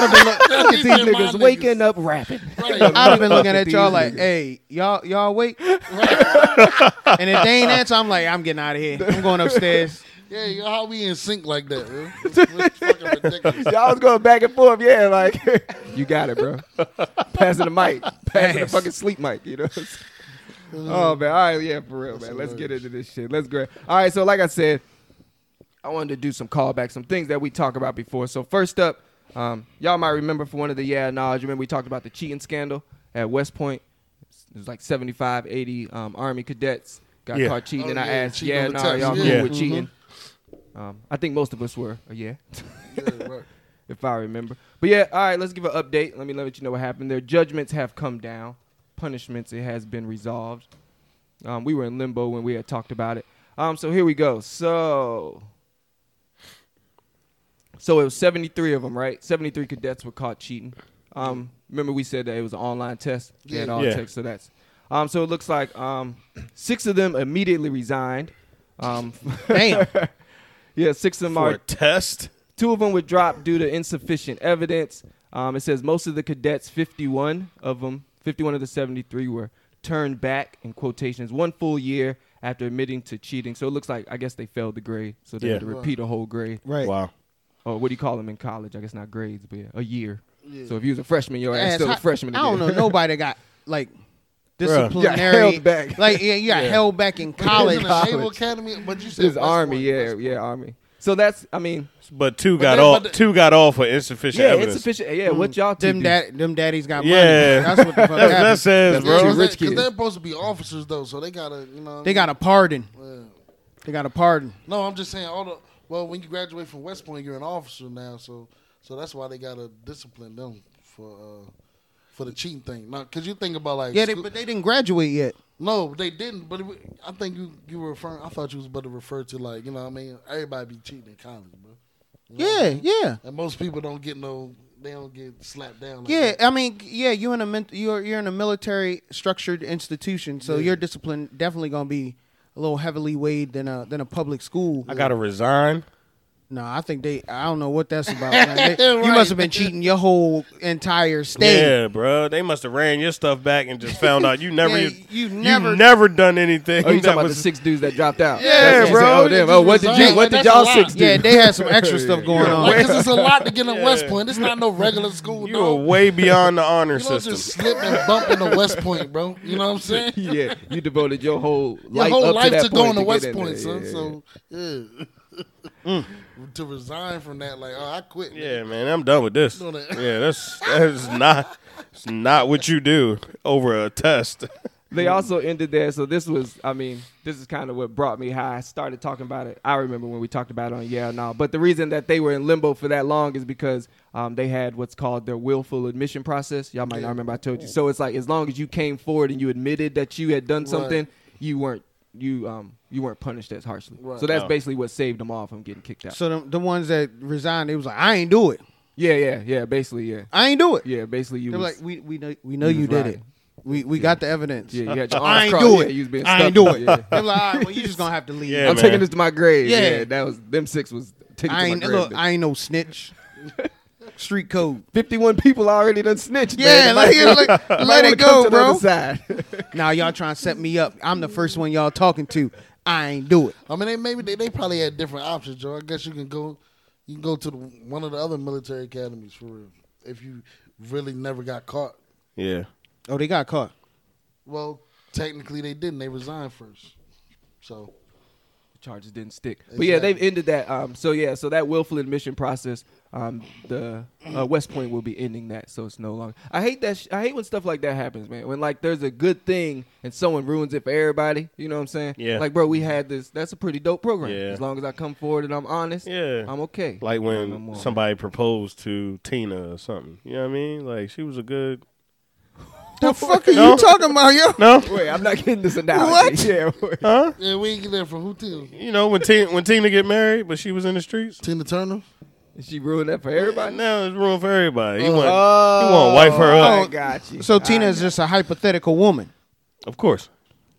have been, look-
Yo,
these niggas waking up rapping.
Right.
I'd have been looking at
These
y'all like,
niggas.
hey, y'all, y'all wake. and if they ain't answer, I'm like, I'm getting out of here. I'm going upstairs.
Yeah, yo, how we in sync like that, bro? It's, it's fucking ridiculous.
Y'all was going back and forth, yeah. Like, you got it, bro. Passing the mic, passing the
Yes.
fucking sleep mic. You know. oh man, all right, yeah, for real, man. Let's get into this shit. Let's go. All right, so like I said, I wanted to do some callbacks, some things that we talked about before. So first up, um, y'all might remember from one of the yeah knowledge. Remember we talked about the cheating scandal at West Point. It was like 75, 80 um, Army cadets got
Yeah.
caught cheating,
Oh,
and I
yeah,
asked,
cheating
yeah,
on the Mm-hmm.
nah,
taxes,
y'all cool
yeah.
with cheating? Um, I think most of us were, uh, yeah.
Yeah, right.
if I remember. But yeah, all right, let's give an update. Let me let you know what happened. Their judgments have come down, punishments, it has been resolved. Um, we were in limbo when we had talked about it. Um, so here we go. So, so it was 73 of them, right? 73 cadets were caught cheating. Um, remember we said that it was an online test. They had
Yeah.
all
Yeah.
text, so that's. Um, so it looks like um, six of them immediately resigned. Um,
Damn.
yeah, six of them
For
are
a test,
Two of them were dropped due to insufficient evidence. Um, it says most of the cadets, 51 of them, 51 of the 73 were turn back in quotations one full year after admitting to cheating. So it looks like I guess they failed the grade, so they had to
Yeah.
repeat a whole grade.
Right.
Wow.
Or what do you call them in college? I guess not grades, but yeah, a year.
Yeah.
So if you was a freshman, your ass
Ass,
still
I,
a freshman.
I don't know
again.
nobody that got like disciplinary.
held back.
Like yeah, you got held back in college.
In the Naval Academy, but you said
It's
West
army,
Point.
yeah, yeah, army. So that's, I mean,
But two got
they-
off.
but they-
two got off for insufficient
yeah,
evidence.
insufficient. Yeah, what y'all two
Mm. them
do?
dad, them daddies got
Yeah.
money. That's what the fuck
That's what that
happened.
says,
Yeah, 'cause
bro.
true. rich
they- 'cause
kids.
They're supposed to be officers though, so they gotta, you know.
They got a pardon.
Yeah.
They got a pardon.
No, I'm just saying all the. Well, when you graduate from West Point, you're an officer now, so so that's why they gotta discipline them for uh, for the cheating thing. Now, cause you think about like
Yeah, they,
scho-
but they didn't graduate yet.
no, they didn't. But it, wa- I think you you were referring. I thought you was about to refer to like you know what I mean everybody be cheating in college, bro. You know what I
Yeah,
mean?
yeah,
And most people don't get no. They don't get slapped down. Like
yeah.
that.
I mean, yeah, you in a ment- you're you're in a military structured institution, so your discipline definitely gonna be a little heavily weighed than a than a public school.
I gotta resign.
No, I think they. I don't know what that's about. man. They- You
Right.
must have been cheating your whole entire state.
Yeah, bro. They must have ran your stuff back and just found out you never.
Yeah, you never-
done anything.
Oh, you
that
talking about the
was-
six dudes that dropped out?
Yeah,
That's-
bro.
Oh, damn. Oh, what did you? What did y'all six do?
Yeah, they had some extra stuff going on.
Because it's a lot to get in West Point. It's not no regular school.
You
dog.
were way beyond the honor
You don't
system.
just slip and bump into West Point, bro. You know what I'm saying? Your
yeah, you devoted your whole life
whole
up
life
to,
to,
that point
going to
get
West
in
Point,
there.
son.
Yeah, Mm.
So yeah, to resign from that, like, oh, I quit.
Yeah, man, I'm done with this.
Doing it.
Yeah, that's that's not it's not what you do over a test.
They also ended there. So this was, I mean, this is kind of what brought me how I started talking about it. I remember when we talked about it on Yeah Now. But the reason that they were in limbo for that long is because um, they had what's called their willful admission process. Y'all might not remember I told you. So it's like as long as you came forward and you admitted that you had done something, you weren't you um you weren't punished as harshly.
Right.
So that's
Oh.
basically what saved them all from getting kicked out.
So the, the ones that resigned, they was like, I ain't do it.
yeah, yeah, yeah. Basically, yeah,
I ain't do it.
yeah. Basically, you
They're
was-
like, we we know we know
You
you,
was
did
lying.
it. We we got the evidence.
yeah, you had your arms
I ain't
crossed.
do
Yeah,
it.
you was being
I ain't do
stubborn.
it.
Yeah.
They're like, all right, well, you just gonna have to leave.
Yeah,
I'm
man.
taking this to my grave. Yeah.
Yeah.
that was them six was taking
I
it to
ain't
my
look.
grave.
I ain't no snitch. Street code.
Fifty-one people already done snitched.
Yeah,
man.
let
Might-
it- like,
might
let
wanna
it
come
go,
to the
bro.
other side.
Now y'all trying to set me up. I'm the first one y'all talking to. I ain't do it.
I mean, they maybe they, they probably had different options, Joe. I guess you can go, you can go to the, one of the other military academies for real if you really never got caught.
Yeah.
Oh, they got caught.
Well, technically they didn't. They resigned first, so
Charges didn't stick. But yeah,
Exactly.
they've ended that. Um, so yeah, so that willful admission process, um, the uh, West Point will be ending that. So it's no longer. I hate that. Sh- I hate when stuff like that happens, man. When like there's a good thing and someone ruins it for everybody. You know what I'm saying?
Yeah.
Like, bro, we had this. That's a pretty dope program.
Yeah.
As long as I come forward and I'm honest,
Yeah.
I'm okay.
Like
No
when
more.
somebody proposed to Tina or something. You know what I mean? Like she was a good
The fuck are
No.
you talking about, yo?
No.
Wait, I'm not getting this analogy.
What?
Yeah. wait.
Huh?
yeah, we ain't get there for who too.
You know, when Tina when Tina get married, but she was in the streets.
Tina Turner.
She ruined that for everybody.
Now it's room for everybody. You
Oh.
want you want to wife her
Oh, I
up.
got you.
So Tina is just a hypothetical woman.
Of course.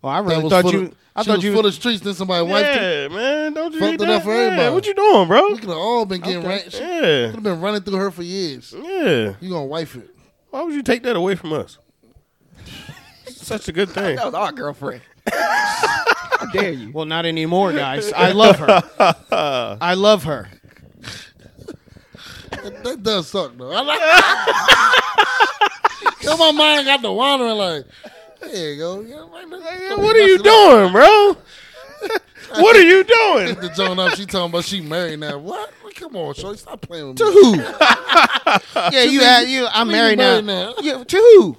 Oh, I
That
really
was
thought
full
you.
of-
I
she
thought
was
you.
full of streets. Then somebody wiped her.
Yeah, man. Don't you hate
Fucked it
that?
up for
yeah,
everybody.
what you doing, bro?
We could have all been getting ran. She could
Yeah.
have been running through her for years.
Yeah.
You gonna wife it?
Why would you take that away from us? Such a good thing.
That was our girlfriend. How dare you?
well, not anymore, guys. I love her. I love her.
That, that does suck though. I like. Then my mind got to wandering like. There you go. Yeah, right there.
What are you doing, bro? What are you doing?
The Joan up. She talking about she married now. What? Well, Come on, Shorty. Stop playing with
To
me.
who? yeah, you. a- you I'm
you
married now.
married now.
Yeah, to who?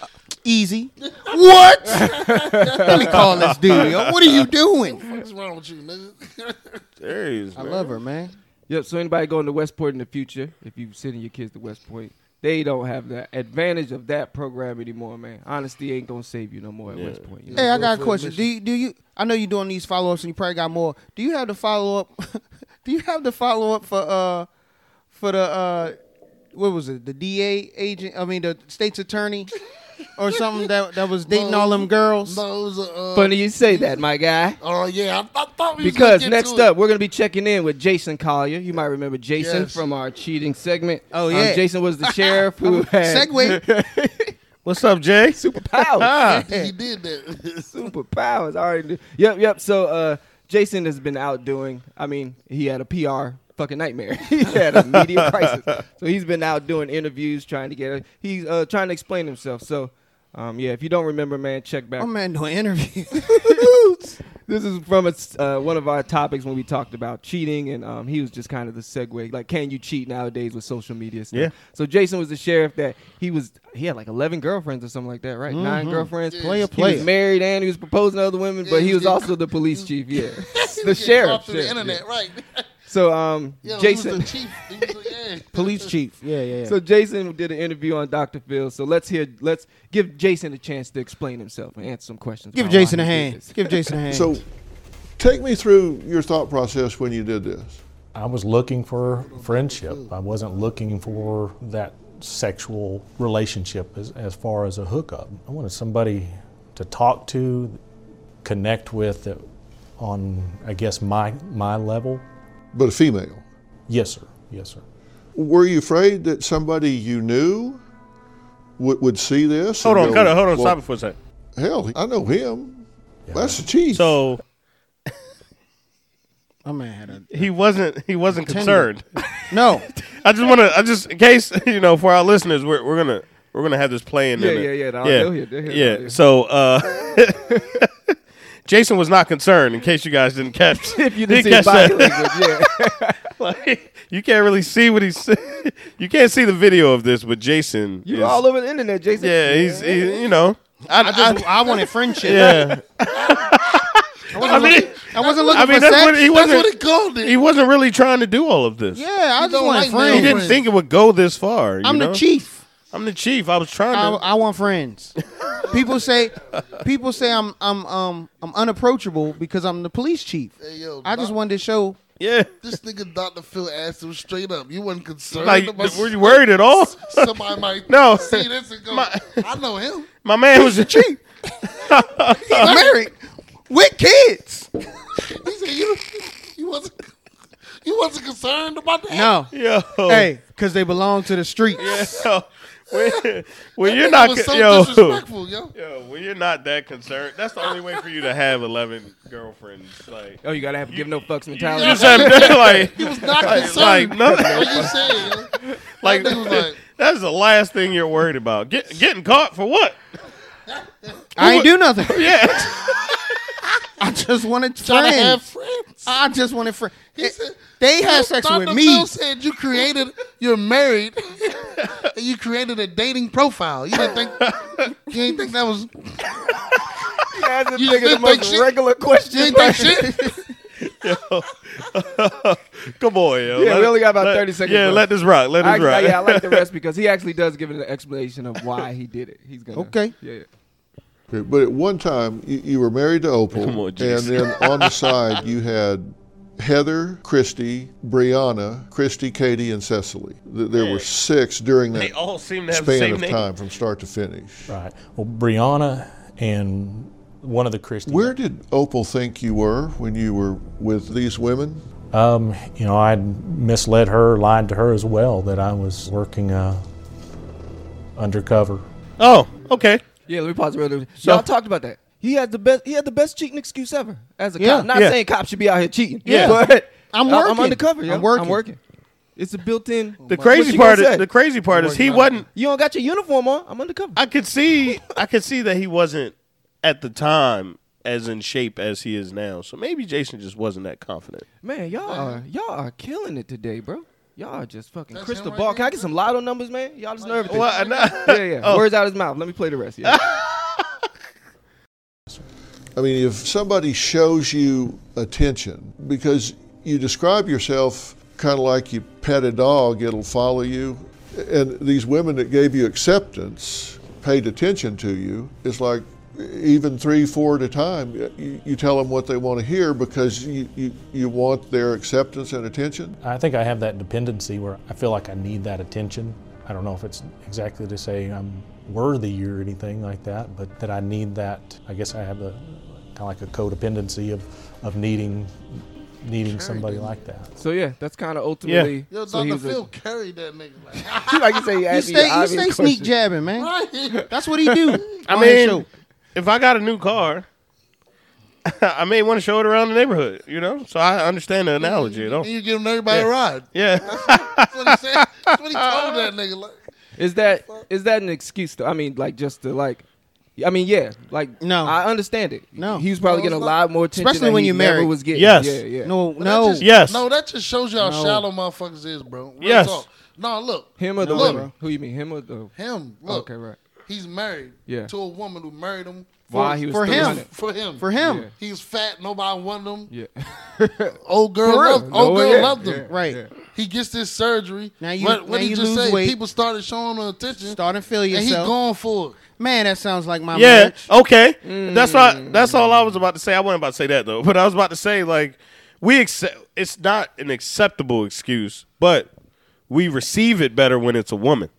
Uh, Easy. What? Let me call this dude. yo. What are you doing?
What's wrong with you, nigga?
Serious,
I love her, man.
Yep. So anybody going to Westport in the future, if you sending your kids to West Point, they don't have the advantage of that program anymore, man. Honesty ain't gonna save you no more at West Point. You know?
Hey, I got a
Willful
question. Do you, do you? I know you're doing these follow ups, and you probably got more. Do you have the follow up? do you have the follow up for uh for the uh what was it? The DA agent? I mean, the state's attorney or something that that was dating all them girls.
no, it was a. Uh,
Funny you say that, my guy.
Oh yeah, I, I thought we was gonna
Because
get
next
to
up, we're gonna be checking in with Jason Collier. You might remember Jason
Yes.
from our cheating segment.
Oh,
Um,
yeah.
Jason was the sheriff who had
Segway.
What's up, Jay?
Superpowers.
He did that.
Superpowers. I already knew. Yep, yep. So uh, Jason has been out doing. I mean, he had a PR fucking nightmare. he had a media crisis. So he's been out doing interviews, trying to get. He's uh, trying to explain himself. So. Um, yeah, if you don't remember, man, check back.
Oh man, no interview.
this is from a s uh, one of our topics when we talked about cheating, and um, he was just kind of the segue. Like, can you cheat nowadays with social media stuff?
Yeah.
So Jason was the sheriff that he was. He had like eleven girlfriends or something like that, right? Nine girlfriends.
Player,
He
Mm-hmm. player.
was married and he was proposing to other women, but
he
he was
did.
also the police chief. Yeah.
He
the
was getting
sheriff.
caught through the
sheriff,
internet,
yeah.
right?
So um,
Yo,
Jason.
He was the chief. He was the, yeah.
Police chief. Yeah, yeah, yeah.
So Jason did an interview on Dr. Phil. So let's hear. Let's give Jason a chance to explain himself and answer some questions.
Give
about why
Jason a
he did
hand.
this.
Give Jason a hand.
So, take me through your thought process when you did this.
I was looking for friendship. I wasn't looking for that sexual relationship as, as far as a hookup. I wanted somebody to talk to, connect with that on, I guess, my, my level.
But a female.
Yes, sir. Yes, sir.
Were you afraid that somebody you knew would, would see this?
Hold on, cut it. Hold on,
well,
stop it for a second.
Hell, I know him. That's the chief.
So
my man had a
he wasn't. He wasn't concerned.
no.
I just want to. I just in case you know for our listeners, we're we're gonna we're gonna have this playing.
Yeah,
in
yeah,
it.
yeah, no, they'll hear- they'll hear,
yeah.
they'll hear.
So uh, Jason was not concerned. In case you guys didn't catch,
If you didn't see
catch
body
that.
language, yeah.
Like, you can't really see what he's. you can't see the video of this, but Jason.
You
is-
all over the internet, Jason.
Yeah, he's. He, you know.
I just I, wanted friendship.
Yeah. I mean,
I wasn't looking
I mean,
for
that's
sex.
what he
That's what he
wasn't.
called it.
He wasn't really trying to do all of this.
yeah, I just
don't
wanted
like
friends.
He didn't
friends.
think it would go this far. you
I'm
know?
the chief.
I'm the chief. I was trying
I,
to.
I want friends. people say people say I'm I'm um I'm unapproachable because I'm the police chief.
Hey, yo,
I just wanted to show
yeah.
This nigga Dr. Phil asked him straight up. You wasn't concerned
Like,
about
were you worried at all?
somebody might
No.
see this and go,
My-
I know him.
My man was the chief.
I'm married with kids.
He said, You, you, wasn't, you wasn't concerned about that.
No.
Yo.
Hey, because they belong to the streets.
Yo. When, when you're not,
That was so
con- yo,
disrespectful, yo.
yo, when you're not that concerned, that's the only way for you to have eleven girlfriends. Like,
Oh, you gotta have a give no fucks
you
mentality.
just have like,
He was not
like,
concerned.
nothing.
what you saying, yo?
like,
That nigga was like-
that's the last thing you're worried about. Get, getting caught for what?
I ain't do nothing.
Yeah.
I just wanted friends.
Trying to have friends.
I just wanted friends.
said-
They
Yo,
had sex
Dr.
with me.
Phil said you created, you're married, and you created a dating profile. You didn't think, you didn't think that was, you
That's the
You
thing, the
think
most
that shit-
regular question.
didn't think shit.
Come on, yo.
Yeah, we only got about
let-
30 seconds
Yeah,
left.
let this rock. Let
I,
this rock.
yeah, I like the rest because he actually does give it an explanation of why he did it. He's gonna
Okay.
Yeah, yeah.
but at one time, you, you were married to Opal.
Come on,
and
Jason.
then on the side, you had Heather, Christy, Brianna, Christy, Katie, and Cecily. Th- There were six during
they
that
all seem to have the
span
same
of
name.
time from start to finish.
Right. Well, Brianna and one of the Christies.
Where did Opal think you were when you were with these women?
Um, you know, I misled her, lied to her as well that I was working uh, undercover.
Oh, okay.
Yeah, let me pause real quick.
So-
Y'all talked about that. He had the best. He had the best cheating excuse ever as a
Yeah,
cop. Not
yeah.
saying cops should be out here cheating.
Yeah.
but
I'm
I- I'm
working.
undercover.
I'm
yo.
working.
I'm working. It's a built-in.
The crazy part is the crazy part is he wasn't.
you don't got your uniform on. I'm undercover.
I could see. I could see that he wasn't at the time as in shape as he is now. So maybe Jason just wasn't that confident.
Man, y'all are y'all are killing it today, bro. Y'all are just fucking
That's
crystal
him right
ball.
there,
Can I get some lotto numbers, man? Y'all just know everything.
Well, I know-
Yeah, yeah.
Oh.
Words out his mouth. Let me play the rest. Yeah.
I mean, if somebody shows you attention, because you describe yourself kind of like you pet a dog, it'll follow you. And these women that gave you acceptance, paid attention to you, it's like even three, four at a time, you, you tell them what they want to hear because you, you, you want their acceptance and attention.
I think I have that dependency where I feel like I need that attention. I don't know if it's exactly to say I'm worthy or anything like that, but that I need that. I guess I have the kind of like a codependency of, of needing needing somebody like that.
So yeah, that's kind of ultimately.
Yo,
so he
Dr.
was a-
Phil carried that nigga. Like,
like you say, he
You
asked me the
stay, you
obvious
stay
question.
sneak jabbing, man.
right?
That's what he do.
I
on his
mean,
show.
if I got a new car, I may want to show it around the neighborhood, you know? So I understand the analogy, you know?
And you giving everybody a ride.
Yeah.
That's what he said. That's what he told that nigga. Like,
Is that is that an excuse? though? I mean, like just to like, I mean, yeah, like
No.
I understand it.
No.
he was probably
No, it's
getting a
not.
lot more attention,
Especially
than
when
he
you're
never
married.
was getting.
Yes.
yeah, yeah.
No,
but that
no.
just-
Yes.
No, that just shows you how
No.
shallow motherfuckers is, bro. Real
Yes.
talk. No, look.
him or the
look,
women? Who you mean, him or the?
Him. Look.
Okay, right.
He's married
Yeah.
to a woman who married him
Why he was
for
still
him.
in it.
for him.
For him.
Yeah.
He's fat. Nobody wanted him.
Yeah,
Old girl
For real.
loved, old
No,
girl
yeah,
loved him.
yeah,
Right.
yeah.
He gets this surgery.
Now you-
what
now
what
you
did he just
lose
say?
weight.
People started showing her attention.
Starting to feel
and he
yourself.
going for it.
Man, that sounds like my
Yeah.
marriage.
Okay. That's what. That's all I was about to say. I wasn't about to say that though, but I was about to say like we accept. It's not an acceptable excuse, but we receive it better when it's a woman.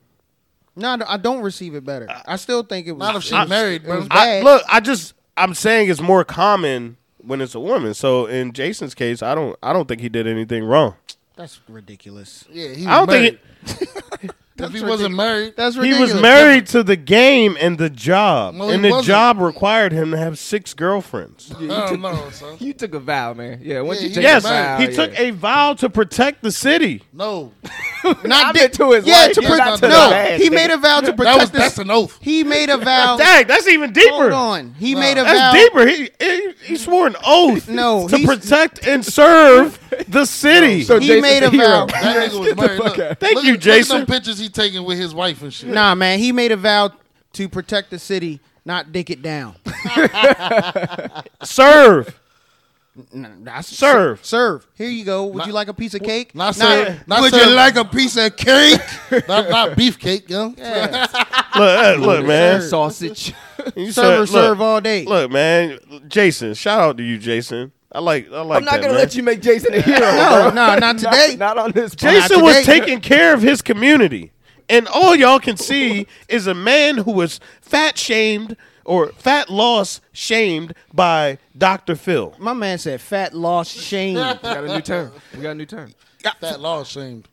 No, I don't receive it better. I still think it was.
Not if she
it was-
married,
it
bro.
was
I,
bad.
look, I just I'm saying it's more common when it's a woman. So in Jason's case, I don't I don't think he did anything wrong.
that's ridiculous.
Yeah, he was
I don't
married.
think
if he wasn't married,
That's
he, he
ridiculous.
was married to the game and the job,
No, he
and the
wasn't.
job required him to have six girlfriends.
I don't know, son.
you took a vow, man. Yeah, once
Yeah,
you
he
take
Yes,
a vow,
he
yeah.
took a vow to protect the city.
No,
I meant to his
Yeah,
wife,
to
yeah, not
protect.
to the
No,
man.
he made a vow to
that was
protect
that's
this.
an oath.
He made a vow.
Dang, that's even
Hold
deeper.
on. He made a
That's
vow.
deeper. He, he he swore an oath
No,
to
he's-
protect and serve the city.
So
He
Jason's
made a
the hero.
vow.
That nigga was married. Look,
out.
Thank
look
you,
at-
Jason.
Look at them pictures he taking with his wife and shit.
Nah, man, he made a vow to protect the city, not dick it down.
serve.
N- that's-
Serve.
serve. Here you go. Would you like a piece of cake?
Not serve- not
would
serve-
you like a piece of cake?
not, not beefcake, yo.
Yeah.
Look, look, man.
sausage.
You
Serve or
said-
serve
look,
all day.
Look, man. Jason, shout out to you, Jason. I like. I like.
I'm not
that,
gonna
man.
let you make Jason a hero.
No,
bro.
no, not today.
Not, on this. podcast.
Jason was
today.
taking care of his community, and all y'all can see is a man who was fat shamed or fat loss shamed by Dr. Phil.
My man said, "Fat lost shame."
We got a new term. We got a new term.
That law shamed.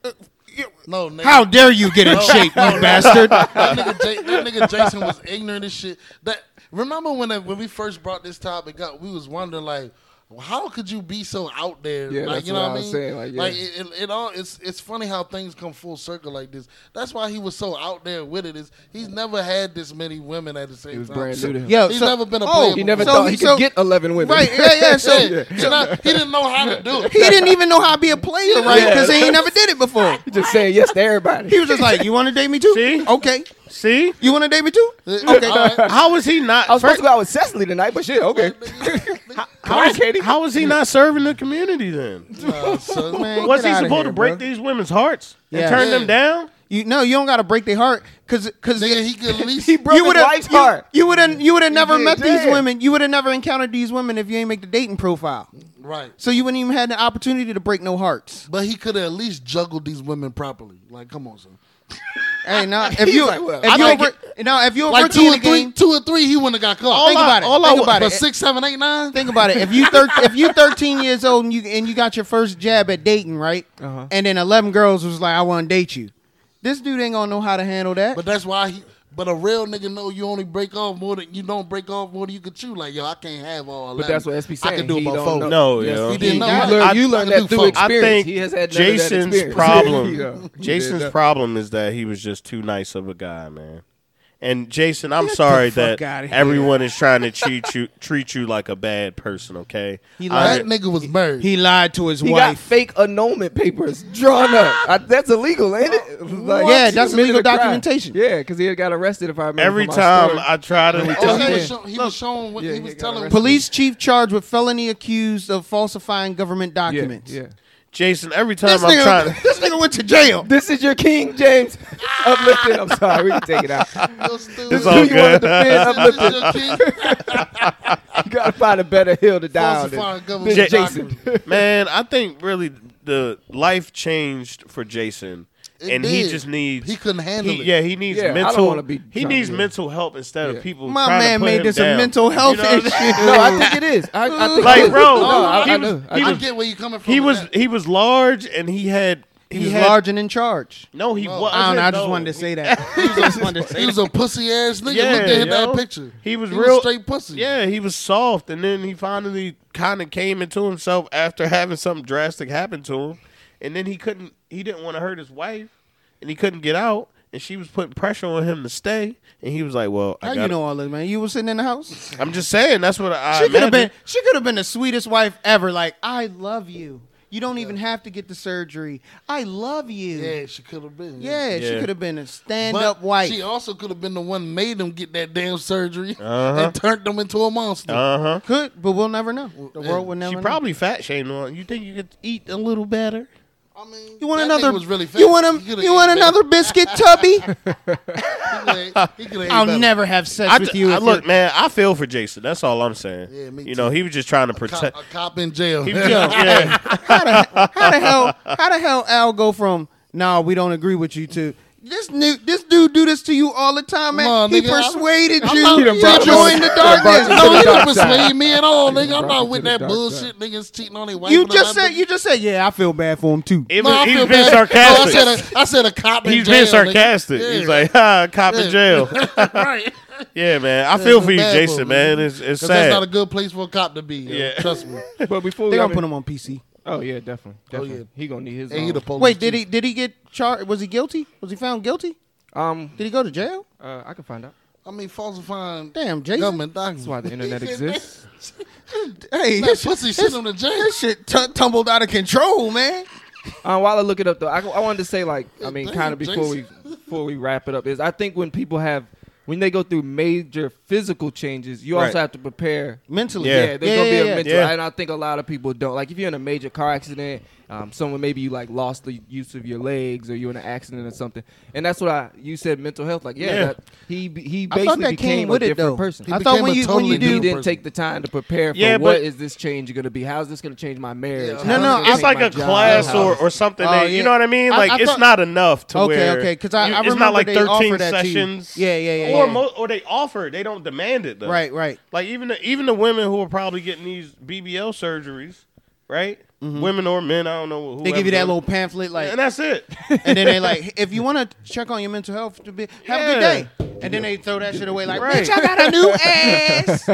No,
Uh,
nigga.
How dare you get in shape, you bastard?
that, nigga Ja- that nigga Jason was ignorant as shit. That remember when that, when we first brought this topic up, we was wondering like, well, how could you be so out there?
Yeah,
like
that's
you know
what I
what I
was
mean?
saying, like, yeah.
it, it, it all it's it's funny how things come full circle like this. That's why he was so out there with it. Is he's never had this many women at the same
He was
time.
brand new to him.
Yo,
He's
so-
never been a
oh,
player.
He never
So
thought
he-
he could
so-
get 11 women.
right? Yeah, yeah. So
Yeah. So now, he didn't know how to do it.
he didn't even know how to be a player, right? Because he ain't never did it before.
Just saying yes to everybody.
He was just like, "You want to date me too?
See?
Okay.
See,
You want to date me too?
Okay,
how is he not?
I was supposed
first-
to go out with Cecily tonight, but shit, okay. Come on, Katie.
how is he not serving the community then?
uh,
Man,
Was
get
he
outta
supposed
here,
to break
bro.
these women's hearts
Yeah.
and turn
Yeah.
them down?
You no, you don't got to break their heart because because
Nigga, he could at least
He broke
you
his
would have
wife's heart.
you would have you would have never
did,
met these
yeah.
women. You would have never encountered these women if you ain't make the dating profile.
right.
So you wouldn't even had the opportunity to break no hearts.
But he could have at least juggled these women properly. Like, come on, son.
Hey, now if you
like, well,
if
I
you
like
over now if you're
Like
rookie
two
in the
and three,
game,
two and three, he wouldn't have got caught.
think about it. Think about
But
it.
six, seven, eight, nine.
Think about it. If you thir- if you 13 years old and you and you got your first jab at dating, right?
Uh-huh.
And then 11 girls was like, "I want to date you." This dude ain't gonna know how to handle that.
But that's why he. But a real nigga know you only break off more than you don't break off more than you could chew. Like yo, I can't have all.
But
11.
that's what SP
I
saying.
can do
He
about
don't
four.
know.
No,
Yes,
yo.
he
didn't know.
You
how-
learned,
I-
you
I
learned
can
that
do
through
four.
I
experience.
think
he has had none of that
Jason's
experience.
problem.
Yeah, he did
Jason's
that.
problem is that he was just too nice of a guy, man. And Jason, I'm sorry
fuck
that
outta here.
everyone is trying to treat you treat you like a bad person. Okay,
He
I-
That nigga was married.
he lied to his
He got
wife.
fake annulment papers drawn up. I, that's illegal, ain't it? Like,
Yeah, that's
he committed
illegal
a crime.
documentation.
Yeah, because he had got arrested if I remember.
every
from my
time
story.
I try to
oh,
tell
he,
Yeah.
was show, he was showing what
Yeah,
he
he
was
got
telling.
arrested.
Police chief charged with felony accused of falsifying government
yeah,
documents.
yeah.
Jason, every time
This
I'm trying
nigga,
to
this nigga went to jail.
This is your King James uplifting. I'm sorry, we can take it out. This
It's
is who
all
you want to
good.
defend uplifting.
This
You gotta find a better hill to die on. than-
falsifying government
than
J-
Jason.
documents.
Man, I think really the life changed for Jason
It
and he
did.
just needs
He couldn't handle
he-
it.
Yeah, he needs
Yeah, I don't
mental.
wanna be
he
trying to
needs
do that.
mental help instead of people.
My
trying to
man
put
made
him
this
down.
a mental
You
health
know what I'm
issue.
saying?
No, I think it is. I, I think it
Like,
is.
bro,
no, I,
he
I
was-
know. I
he
I
know.
was-
get where you coming from.
He
with
was
that.
he was large and he had he,
He was
had,
large and in charge.
No, he wasn't.
I don't know. I
no.
just wanted to say that. I just wanted to say
He was a pussy ass nigga.
Yeah,
Look at
yo.
that picture.
He was real-
straight pussy.
Yeah, he was soft, and then he finally kind of came into himself after having something drastic happen to him, and then he couldn't. He didn't want to hurt his wife, and he couldn't get out, and she was putting pressure on him to stay, and he was like, "Well, I
How
got
you know all this, man? You was sitting in the house.
I'm just saying that's what I.
She could have been.
imagine.
She could have been the sweetest wife ever. Like I love you. You don't even have to get the surgery. I love you.
Yeah, she could have been.
Yeah,
Yeah.
she could have been a stand
But
up wife.
She also could have been the one made him get that damn surgery and turned him into a monster.
Uh-huh.
could, but we'll never know. The world will never.
She
know.
probably fat shamed on. You think you could eat a little better?
I mean,
You want
that
another?
nigga Was really fat.
you want
He
him?
coulda
You
ate
want
better.
another biscuit, Tubby?
He coulda ate- he coulda ate
I'll
better.
never have sex
I,
with
d-
you.
I
if
look,
you're-
man. I feel for Jason. That's all I'm saying.
Yeah, me
you know,
too.
he was just trying to
Cop-
protect.
a cop in jail.
He was just- yeah.
How the hell? How the hell Al go from? Nah, we don't agree with you to. This new, this dude do this to you all the time, man.
Come on,
he
nigga, I'm-
persuaded
I'm
you
not-
to
He done brought
join
you-
the
brought
darkness.
you
No,
to the
No,
you
dark
you don't
side.
persuade me at all, nigga. I'm
brought you
not
to
with
the
that
dark
bullshit. Niggas cheating on their wife.
You
and all
just
that
said
bitch.
you just said yeah. I feel bad for him too.
It
No,
was-
I
he
feel
was being
bad.
sarcastic.
No, I said a, I said a cop. in
He's
jail,
been
nigga.
sarcastic.
Yeah.
He's like, ha, cop in
Yeah.
jail.
right.
Yeah, man. I feel for you,
Bad
Jason,
boy,
man. It's, it's
Cause that's not a
sad.
good place for a cop to be. yo.
Yeah.
Trust me.
But before
They
we
gonna
gotta-
put him on PC.
Oh yeah, definitely. definitely.
yeah.
He gonna need his. um,
And he
own.
the police.
Wait, did
chief.
he did he get charged? Was he guilty? Was he found guilty?
um,
Did he go to jail?
uh, I can find out.
I mean, falsifying
Damn, Jason.
government documents.
That's why the internet exists.
Hey,
That
this,
pussy sent him to jail.
this shit t- tumbled out of control, man.
Um, while I look it up though, I, I wanted to say like, I mean,
Damn,
kind of before we
Jason.
before we wrap it up is I think when people have when they go through major physical changes, you also
Right.
have to prepare
Mentally,
Yeah.
Yeah, there's gonna be a mental,
Yeah.
and I think a lot of people don't. Like, if you're in a major car accident, um, someone maybe you like lost the use of your legs, or you're in an accident or something, and that's what I you said mental health. Like, yeah,
Yeah.
That, he he
I thought
basically
that came
became
with
a
it
different
though.
person.
I
He
thought
became
when
a
you
totally
when
he
you
different
do
didn't
person.
take the time to prepare for
Yeah,
what
but-
is this change going to be? How is this going to change my marriage?
No,
How
Yeah.
is
no,
this gonna
I-
It's
change
like
my
a
job?
class
How
or,
is-
or something.
Oh,
that,
yeah.
You know what I mean?
I-
Like,
I
it's
thought-
not enough to
Okay,
where.
okay, because I,
you-
I
It's
remember
not like
they
13
offered that to you.
sessions.
Yeah, yeah, yeah.
Or,
yeah.
mo- or they offer it. They don't demand it, though.
right, right.
Like, even the, even the women who are probably getting these BBL surgeries, right? Women or men, I don't know.
Mm-hmm. They give you that little pamphlet, like,
And that's it.
and then they like, if you want to check on your mental health, to be, have
Yeah.
a good day, and then they throw that shit away, like,
Right.
bitch, I got a new ass.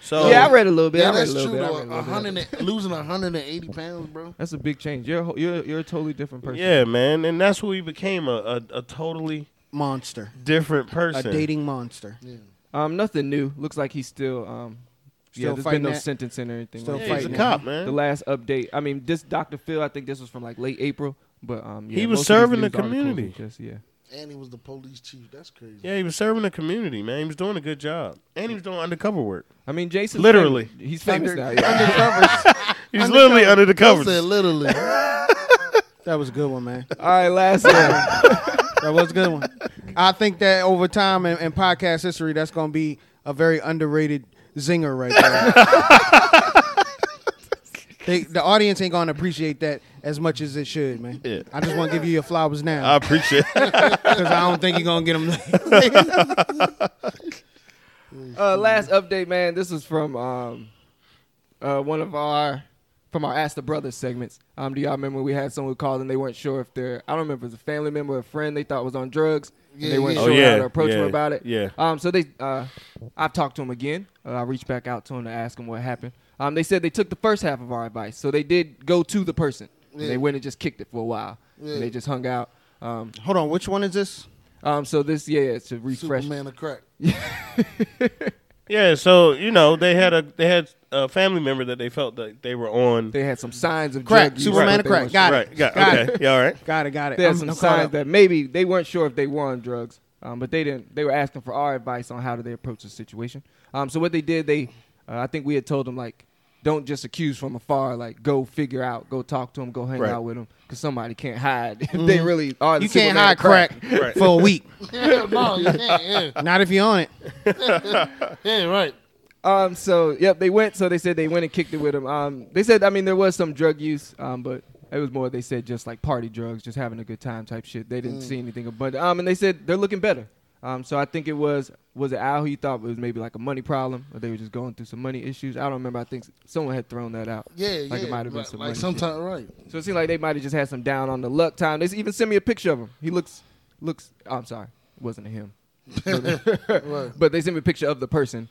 So,
yeah, I read a little bit.
Yeah,
I read
that's
a little
true.
bit. I read
Though,
a little
a
bit.
hundred and, losing 180 pounds, bro.
That's a big change. You're a, whole- you're you're a totally different person.
yeah, man. And that's who he became a, a, a totally
monster,
different
a
person.
dating monster.
Um, nothing new. Looks like he's still um,
Still
yeah. There's
fighting
been no
that-
sentencing or anything.
still
like
Yeah,
that.
he's a
fighting
cop, man.
The last update. I mean, this Dr. Phil. I think this was from like late April, but um, yeah,
He was
most of these
serving the
news articles
community.
were Just, yeah.
And he was the police chief. That's crazy.
Yeah, he was serving the community, man. He was doing a good job, and he was doing undercover work.
I mean, Jason.
Literally.
he's famous now. Yeah.
He's literally under the
I
covers.
said literally.
That was a good one, man.
All right, last one.
That was a good one. I think that over time in, in podcast history, that's going to be a very underrated zinger right there. they, the audience ain't going to appreciate that as much as it should, man.
Yeah.
I just want to give you your flowers
I
now
appreciate. it.
because I don't think you're going to get them.
Uh, last update, man. This is from um, uh, one of our from our Ask the Brothers segments. Um, do y'all remember we had someone who called and they weren't sure if they're I don't remember if it was a family member or a friend they thought was on drugs. and they
Yeah,
weren't
yeah.
sure
Oh, yeah,
how to approach
yeah,
them about it.
yeah.
Um, so they uh, I've talked to him again. Uh, I reached back out to him to ask him what happened. Um, they said they took the first half of our advice, so they did go to the person. And
Yeah.
They went and just kicked it for a while. And
Yeah.
they just hung out. Um,
Hold on, which one is this?
um, so this yeah, yeah, to refresh.
Superman of crack.
yeah, so you know they had a they had a family member that they felt that they were on.
They had some signs of
Crack,
drug use,
Superman
but
of
they
crack.
weren't
Got
right.
it.
Got,
Got
okay.
it.
You all right?
Got it, got it.
There's
I'm-
some
I'm caught
signs
up.
that maybe they weren't sure if they were on drugs, um, but they didn't. They were asking for our advice on how do they approach the situation. Um, so what they did, they, uh, I think we had told them like, don't just accuse from afar. Like, go figure out, go talk to them, go hang
Right.
out with them, because somebody can't hide if they really are.
Mm-hmm.
The
You can't
Superman
hide
of crack.
crack,
Right.
for a week.
Yeah, no, you can't. Yeah,
Not if you're on it.
yeah, right.
Um, so yep, they went. So they said they went and kicked it with him. Um, they said, I mean, there was some drug use, um, but It was more they said just like party drugs, just having a good time type shit. They
Mm.
didn't see anything abundant. Um, and they said they're looking better. Um, so I think it was was it Al who you thought was maybe like a money problem, or they were just going through some money issues. I don't remember. I think s- someone had thrown that out.
Yeah,
like
yeah.
it might have been
like,
some
like
money.
sometime, right?
shit. So it seemed like they might have just had some down on the luck time. They s- even sent me a picture of him. He looks looks. oh, I'm sorry, it wasn't him.
right.
But they sent me a picture of the person.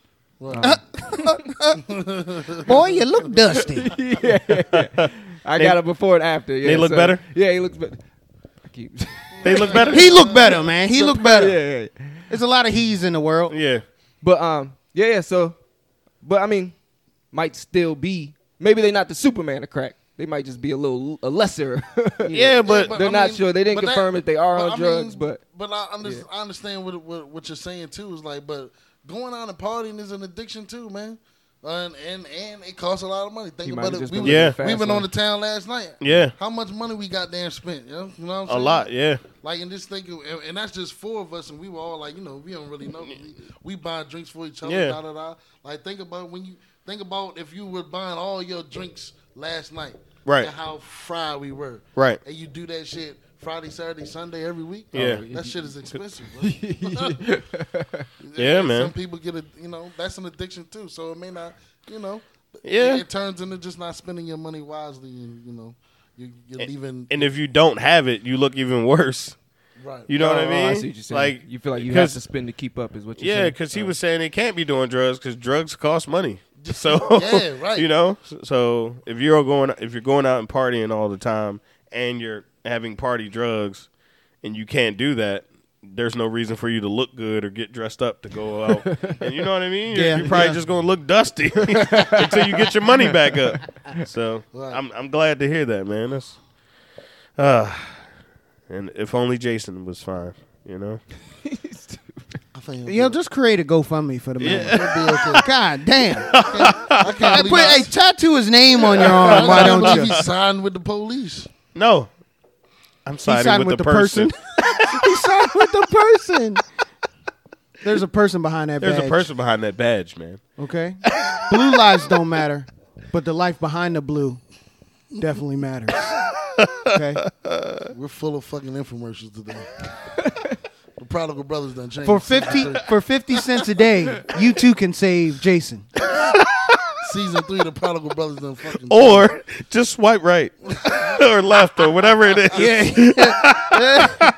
Boy, you look dusty.
yeah, I
They-
got it before and after. Yeah,
they look better?
Yeah, he looks better. I keep.
They look better.
he look better, man. He look better.
yeah, yeah.
There's a lot of he's in the world.
yeah.
But um, yeah, yeah. So, but I mean, might still be. Maybe they're not the Superman of crack. They might just be a little a lesser.
Yeah, but
They're not sure. They didn't
but
confirm if they are on drugs, but-
but I, under, I understand what, what what you're saying too. Is like, but going out and partying is an addiction too, man. And and, and it costs a lot of money. Think
He might
about
have
it.
just
We
been
were-
living
we
fast
been
life.
on the town last night.
Yeah.
how much money we goddamn spent? You know, you know what I'm
a
saying?
lot. Yeah,
Like and just think, of- and, and that's just four of us, and we were all like, you know, we don't really know. We, we buying drinks for each other.
Yeah.
Da, da, da. Like think about when you think about if you were buying all your drinks last night,
Right.
And how fried we were,
Right.
And you do that shit Friday, Saturday, Sunday every week. Oh,
Yeah.
that shit is expensive. bro.
Yeah, man.
Some people get a, you know, that's an addiction too. So it may not, you know,
Yeah.
It, it turns into just not spending your money wisely, and you know, you, you're leaving
and if you don't have it, you look even worse.
right.
You know what I
Oh,
mean?
I see what you're saying.
Like
you feel like you have
'cause-
to spend to keep up, is what you're
Yeah,
saying.
because he was saying they can't be doing drugs because drugs cost money. So
Yeah, right.
You know, S- so if you're going if you're going out and partying all the time and you're having party drugs and you can't do that, there's no reason for you to look good or get dressed up to go out. and you know what I mean? You're,
Yeah,
you're probably
yeah.
just gonna look dusty until you get your money back up. So
Right.
I'm I'm glad to hear that, man. That's uh and if only Jason was fine, you know.
I think
Yo, just create a GoFundMe for the man. God damn.
I
I
can't
put, hey, tattoo his name on your
I
arm.
don't
Why
believe
don't you?
He signed with the police.
No. I'm siding,
siding
with, the, person.
he signed with the person. There's a person behind that
There's
badge.
a person behind that badge, man.
Okay. Blue lives don't matter, but the life behind the blue definitely matters. Okay.
We're full of fucking infomercials today. the Prodigal Brothers done changed.
For fifty for fifty cents a day, you too can save Jason.
season three, the Prodigal Brothers done fucking.
Or just swipe right or left or whatever it is.
Yeah.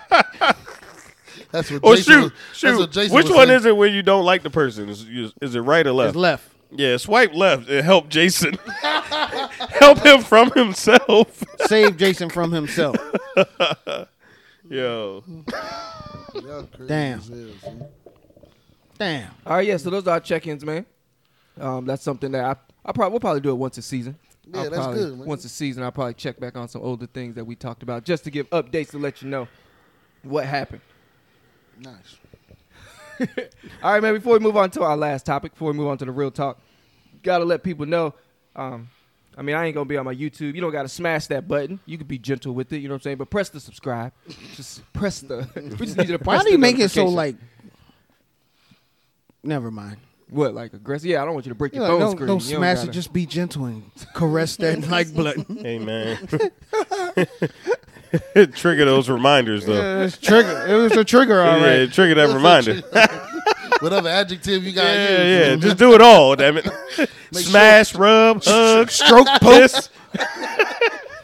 that's what
Or oh,
Jason
shoot,
was-
shoot.
That's what Jason
Which
was
one
saying.
is it when you don't like the person? Is, is, is it right or left?
left.
Yeah, swipe left. It helped Jason. Help him from himself.
Save Jason from himself.
Yo.
Y'all crazy
Damn.
as hell, son.
Damn.
All right, yeah. So those are our check-ins, man. Um, that's something that I, I probably we'll probably do it once a season.
Yeah,
I'll
that's
probably-
good, man.
Once a season, I'll probably check back on some older things that we talked about just to give updates to let you know what happened.
Nice.
All right, man. Before we move on to our last topic, before we move on to the real talk, gotta let people know. Um, I mean, I ain't gonna be on my YouTube. You don't gotta smash that button. You could be gentle with it. You know what I'm saying? But press the subscribe. Just press the. we just need you to press
Why do
the
you make it so
notification.
like? Never mind.
What like aggressive? Yeah, I don't want you to break your
Like,
phone
don't
screen.
don't
You
smash
gotta-
it. Just be gentle and caress that like button.
Hey, man. trigger those reminders, though.
It's trigger. It was a trigger, all
Yeah,
right.
trigger that reminder.
Whatever adjective you got.
Yeah,
use,
yeah.
man.
Just do it all, damn it. Smash, rub, hug, stroke, piss,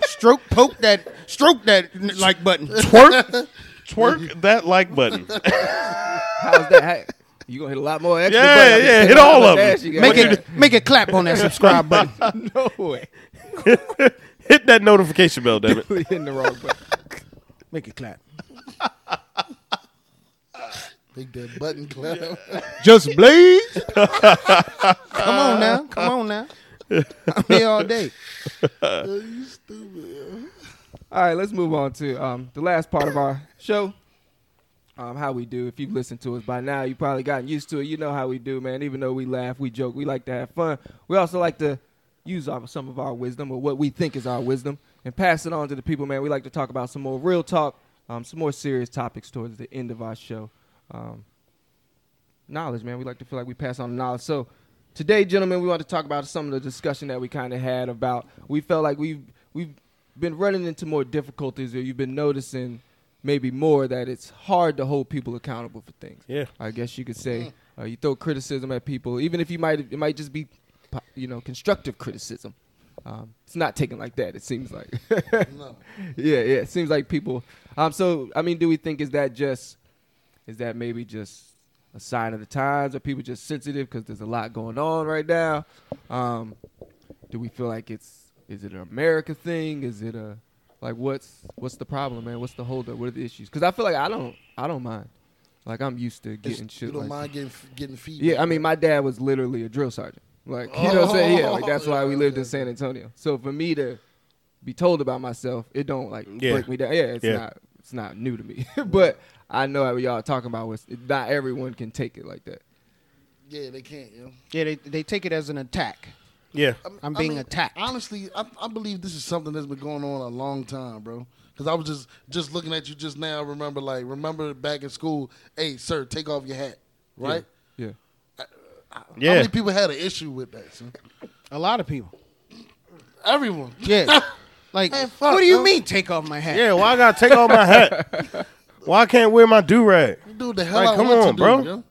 Stroke, poke that, stroke that n- like button.
twerk, twerk that like button.
How's that? Hey, you gonna hit a lot more extra?
Yeah,
buttons.
yeah, hit
How
all
much
of 'em.
ass you got?
Make
What
it, make it clap on that subscribe button.
the- No way.
Hit that notification bell, damn it.
We hitting the wrong button.
Make it clap.
Make that button clap.
Just blaze. Come on now. Come on now. I'm here all day.
All right, let's move on to um, the last part of our show. Um, how we do. If you've listened to us by now, you probably gotten used to it. You know how we do, man. Even though we laugh, we joke, we like to have fun. We also like to use our, some of our wisdom or what we think is our wisdom and pass it on to the people, man. We like to talk about some more real talk, um, some more serious topics towards the end of our show. Um, knowledge, man. We like to feel like we pass on knowledge. So today, gentlemen, we want to talk about some of the discussion that we kind of had about. We felt like we've we've been running into more difficulties or you've been noticing maybe more that it's hard to hold people accountable for things.
Yeah.
I guess you could say uh, you throw criticism at people, even if you might it might just be, po- you know, constructive criticism. Um, it's not taken like that. It seems like.
No.
yeah, yeah. It seems like people. Um. So I mean, do we think is that just, is that maybe just a sign of the times? Are people just sensitive because there's a lot going on right now? Um, do we feel like it's is it an America thing? Is it a like what's what's the problem, man? What's the holdup? What are the issues? Because I feel like I don't I don't mind. Like I'm used to
It's-
getting shit.
you don't
like
mind getting f- getting feedback.
yeah, I mean, my dad was literally a drill sergeant. Like, you know what I'm saying? Yeah, like that's why we
yeah,
lived in
okay.
San Antonio. So for me to be told about myself, it don't like
Yeah.
break me down. Yeah, it's
Yeah.
not it's not new to me. but I know what y'all talking about was not everyone can take it like that.
yeah, they can't. You know?
Yeah, they, they take it as an attack.
Yeah.
I'm being attacked.
Honestly, I, I believe this is something that's been going on a long time, bro. Because I was just just looking at you just now. Remember, like, remember back in school. Hey, sir, take off your hat, right?
Yeah.
Yeah.
How many people had an issue with that? Son?
A lot of people.
Everyone.
Yeah. Like,
Man, fuck,
what do you
bro.
mean? Take off my hat.
Yeah, why I gotta take off my hat? Why I can't wear my do rag?
Dude, the hell
Like,
I
come
want to
on,
do,
bro.
yo.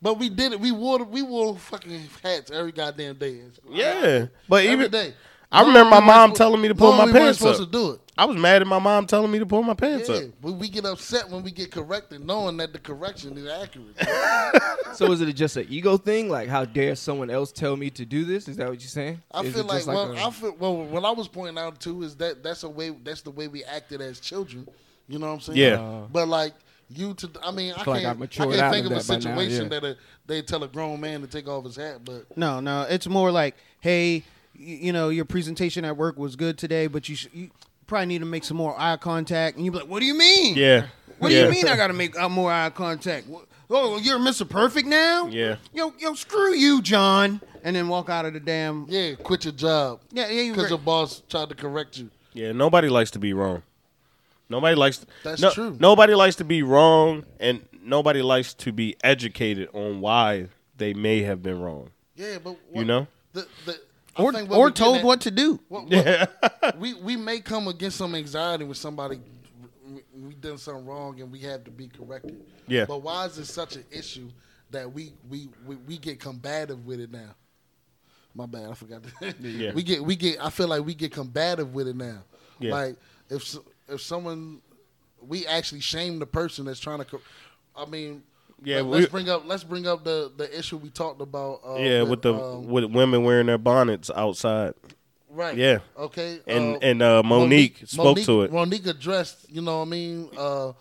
But we did it. We wore we wore fucking hats every goddamn day.
Yeah, but
Every
even
day.
I remember my
Knowing we
mom
weren't spo-
telling me to pull
knowing
my
we weren't
pants
supposed
up.
to do it.
I was mad at my mom telling me to pull my pants
Yeah,
up.
but we get upset when we get corrected, knowing that the correction is accurate.
So is it just an ego thing? Like, how dare someone else tell me to do this? Is that what you're saying?
I
Is
feel
it
like,
just
well,
a-
I feel well. What I was pointing out too is that that's a way that's the way we acted as children. You know what I'm saying?
Yeah.
Uh,
but like you to, I mean, I
feel like
can't,
I've
I
matured
can't
out
think
of
of a
that by now,
situation
yeah.
that a, they tell a grown man to take off his hat. But
No, no. It's more like, hey, y- you know, your presentation at work was good today, but you, sh- you probably need to make some more eye contact. And you be like, what do you mean?
Yeah.
What do
Yeah.
you mean I got to make uh, more eye contact? Wh- Oh, you're Mr. Perfect now?
Yeah.
Yo, yo, screw you, John. And then walk out of the damn.
yeah, quit your job
Yeah, yeah, you
because
right.
your boss tried to correct you.
Yeah, nobody likes to be wrong. Nobody likes.
That's
no-
true.
Nobody likes to be wrong, and nobody likes to be educated on why they may have been wrong.
Yeah, but
You know?
the, the, I
or
think what
or
we getting
told
at-
what to do.
What, what- we we may come against some anxiety when somebody we, we done something wrong and we have to be corrected.
Yeah.
But why is it such an issue that we we we, we get combative with it now? My bad, I forgot. To,
Yeah.
We get we get. I feel like we get combative with it now.
Yeah.
Like if s- if someone we actually shame the person that's trying to. co- I mean.
Yeah,
let, us
we-
bring up let's bring up the the issue we talked about. Uh,
yeah, with the
um,
with women wearing their bonnets outside,
Right.
Yeah.
Okay.
and
uh,
and uh, Monique, spoke to it.
Monique addressed, you know what I mean? Uh,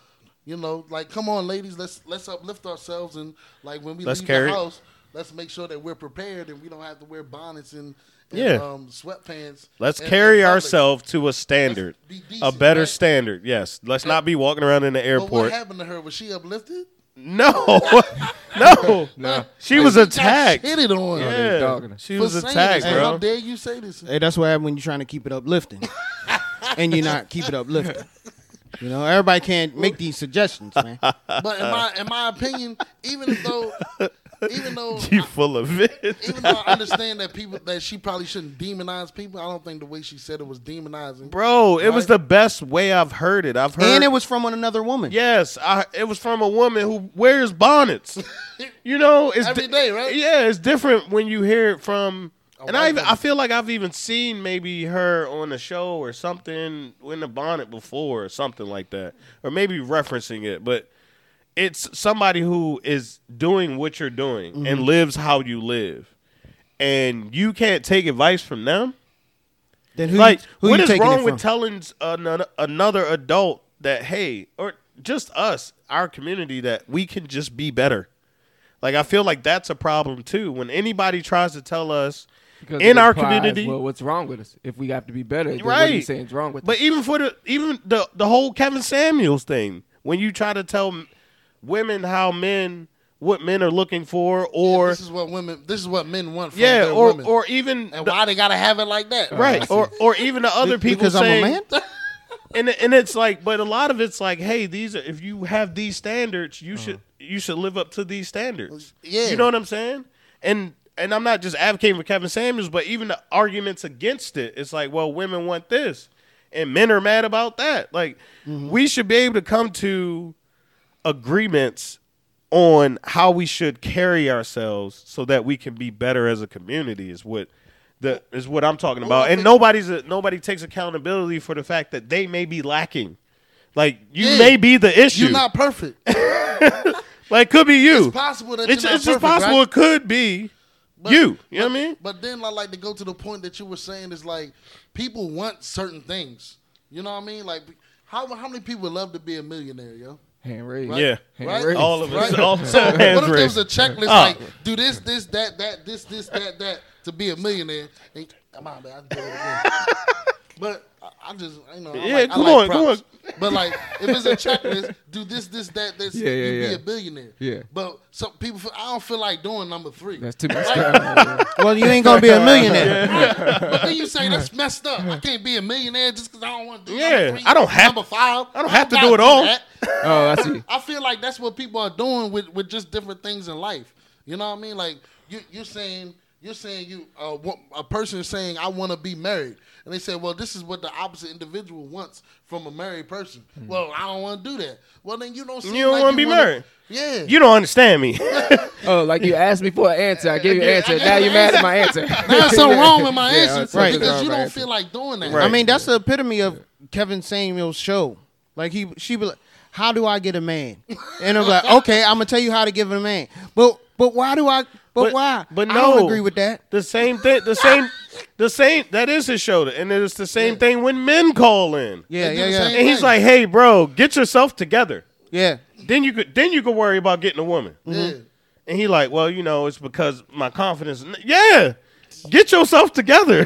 you know, like come on, ladies, let's let's uplift ourselves and like when we
Let's
leave
carry
the
it.
house, let's make sure that we're prepared and we don't have to wear bonnets and, and
Yeah.
um, sweatpants.
Let's
in- in
carry
public.
ourselves to a standard,
Let's be
a
decent,
better
right?
standard. Yes, let's not be walking around in the
But what
airport.
happened to her? Was she uplifted?
No, no, no. She
Like,
was
she got
attacked.
Shitted on.
Yeah.
Yeah,
dogging her.
she
for
was
saying
attacked,
this. How
bro.
dare you say this?
Hey, that's what happens when you're trying to keep it uplifting, and you're not keep it uplifting. You know, everybody can't make these suggestions, man.
But in my in my opinion, even though even though
You full of it.
even though I understand that people that she probably shouldn't demonize people, I don't think the way she said it was demonizing.
Bro, it was the best way I've heard it. I've heard
And it was from another woman.
Yes, I, it was from a woman who wears bonnets. you know, it's
Every day, right?
Yeah, it's different when you hear it from. and I,
white
even, I
woman.
feel like I've even seen maybe her on a show or something in a bonnet before or something like that, or maybe referencing it. But it's somebody who is doing what you're doing
Mm-hmm.
and lives how you live, and you can't take advice from them
Then who?
like,
who
what
you
is
taking
wrong
it
with
from?
telling s- another, another adult that hey, or just us, our community, that we can just be better? Like, I feel like that's a problem too. When anybody tries to tell us
because
in
it
our
implies,
community,
well, what's wrong with us? If we have to be better, then what are you
right?
saying is wrong with
but
us?
even for the even the the whole Kevin Samuels thing, when you try to tell m- women how men what men are looking for, or
this is what women. This is what men want from
yeah,
their
or
women.
or even
and
the-
why they gotta have it like that?
right, or or even the other people
because
saying,
I'm a man.
and and it's like, but a lot of it's like, hey, these are if you have these standards, you should you should live up to these standards.
Yeah.
you know what I'm saying? And and I'm not just advocating for Kevin Samuels, but even the arguments against it, it's like, well, women want this, and men are mad about that. Like we should be able to come to agreements on how we should carry ourselves so that we can be better as a community is what the is what I'm talking about. And nobody's a, nobody takes accountability for the fact that they may be lacking. Like you
Yeah.
may be the issue.
You're not perfect.
like could be you.
It's possible that
It's,
you're not
it's just
perfect, right?
possible it could be you. You know what I mean?
But then I like to go to the point that you were saying is like people want certain things. You know what I mean? Like how how many people would love to be a millionaire, yo?
Hand raised.
Yeah.
Hand
Right?
raised.
All of us. Ah.
Right.
All, so
What
hands
if there
raised.
was a checklist like do this, this, that, that, this, this, that, that to be a millionaire? And, come on, man, I can do it again. but I, I just you know, I
Yeah,
like, I
come
like
on, come
props. But like if it's a checklist, do this, this, that, this,
Yeah, yeah,
you be
yeah.
a billionaire.
Yeah.
But some people, feel, I don't feel like doing number three.
That's too much.
Like,
Well, you ain't gonna be a millionaire.
But then you say that's messed up. I can't be a millionaire just because I don't want to do
Yeah,
number three,
I don't have-
number five.
I don't have to
gotta
do it all.
that.
Oh, I see.
I feel like that's what people are doing with, with just different things in life. You know what I mean? Like you you're saying you're saying you uh, wa- a person is saying I want to be married, and they say, well, this is what the opposite individual wants from a married person. Well, I don't want to do that. Well, then you don't. Seem
Hmm. You don't
like
wanna be
wanna-
married.
Yeah.
You don't understand me.
Oh, like you asked me for an answer. I gave you an
Yeah, I
answer.
gave
Now
you
you're
an
mad at my answer.
There's something wrong with my answer
that's right.
because you
Right.
don't feel like doing that.
I
Right.
mean, that's the epitome of Kevin Samuel's show. Like he, she be like, "How do I get a man?" And I'm like, "Okay, I'm gonna tell you how to give a man." But but why do I? But, why?
But no,
I don't agree with that.
The same thing. The same. The same. That is his shoulder, and it's the same thing when men call in.
Yeah,
They do
yeah,
the
yeah,
same-
And he's like, "Hey, bro, get yourself together.
yeah.
Then you could. Then you could worry about getting a woman."
Yeah.
And he like, "Well, you know, it's because my confidence." Yeah, get yourself together.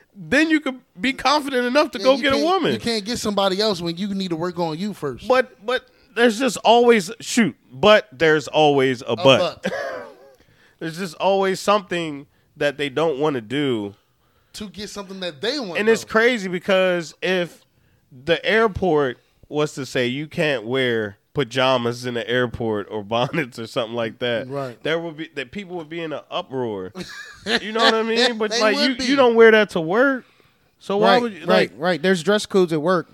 then you could be confident enough to
Mm-hmm. Yeah,
go
you
get a
can't-
woman.
You can't get somebody else when you need to work on you first.
But but there's just always shoot. But there's always a, but.
But
There's just always something that they don't want to do.
to get something that they want,
and it's
though.
crazy because if the airport was to say you can't wear pajamas in the airport or bonnets or something like that,
Right.
There would be that people would be in an uproar. you know what I mean? But
They
like
would
you,
be.
you don't wear that to work, so why
Right,
would you,
right,
like?
right. There's dress codes at work.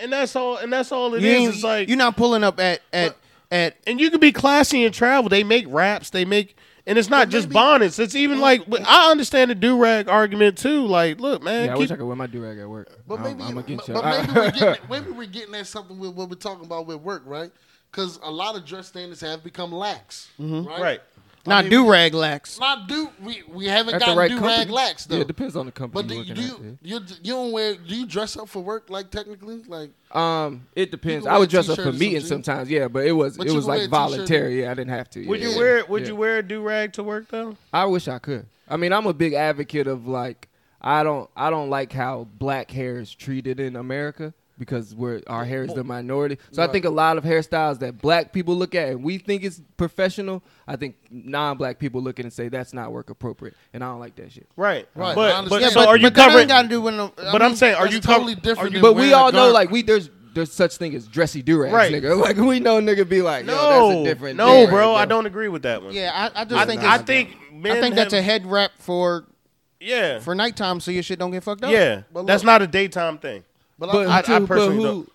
And that's all. And that's all it
You
is.
ain't,
It's like
you're not pulling up at at at.
and you can be classy and travel. They make raps. They make, and it's not just bonnets. It's even
Mm.
like I understand the do rag argument too. Like, look, man,
Yeah, I
keep-
wish I could wear my do rag at work.
But
I'm,
maybe,
I'm gonna get you.
but maybe we're getting, maybe we're getting at something with what we're talking about with work, right? Because a lot of dress standards have become lax,
Mm-hmm.
right?
right.
Not do rag lax.
Not do we, we haven't
At
gotten
the right
do rag
company.
lax though.
Yeah, it depends on the company
But do,
you're
you,
looking
do
at, yeah.
you, you you don't wear do you dress up for work like technically like
Um, it depends.
You can
I would
wear a
dress up
t-shirt
for
and some
meetings
jeans.
sometimes. Yeah, but it was
But
it
you
was
can wear
like
a t-shirt and-
voluntary. Yeah, I didn't have to.
Would
yeah.
you wear? Would
Yeah.
you wear a do rag to work though?
I wish I could. I mean, I'm a big advocate of like I don't I don't like how black hair is treated in America because we're our hair is the minority. So I think a lot of hairstyles that black people look at and we think it's professional, I think non-black people look at and say that's not work appropriate, and I don't like that shit.
Right.
Right,
But,
I
but
understand.
so
Yeah,
are you
but that
covering?
ain't got to do with. No,
but I'm saying, are
that's
you
totally
covering?
different than
But we
wearing a
all know
garment.
like we there's there's such thing as dressy do rags,
Right.
nigga. Like we know nigga be like no, that's
No,
a different
no,
do-rag,
bro. I don't agree with that one.
yeah, I, I just
I
think
think.
it's,
I think. Men
I think that's
have-
a head wrap for
Yeah.
for nighttime, so your shit don't get fucked up.
yeah.
But
that's
look-
not a daytime thing.
but,
But
I,
I- I
who- but
personally
who-
don't.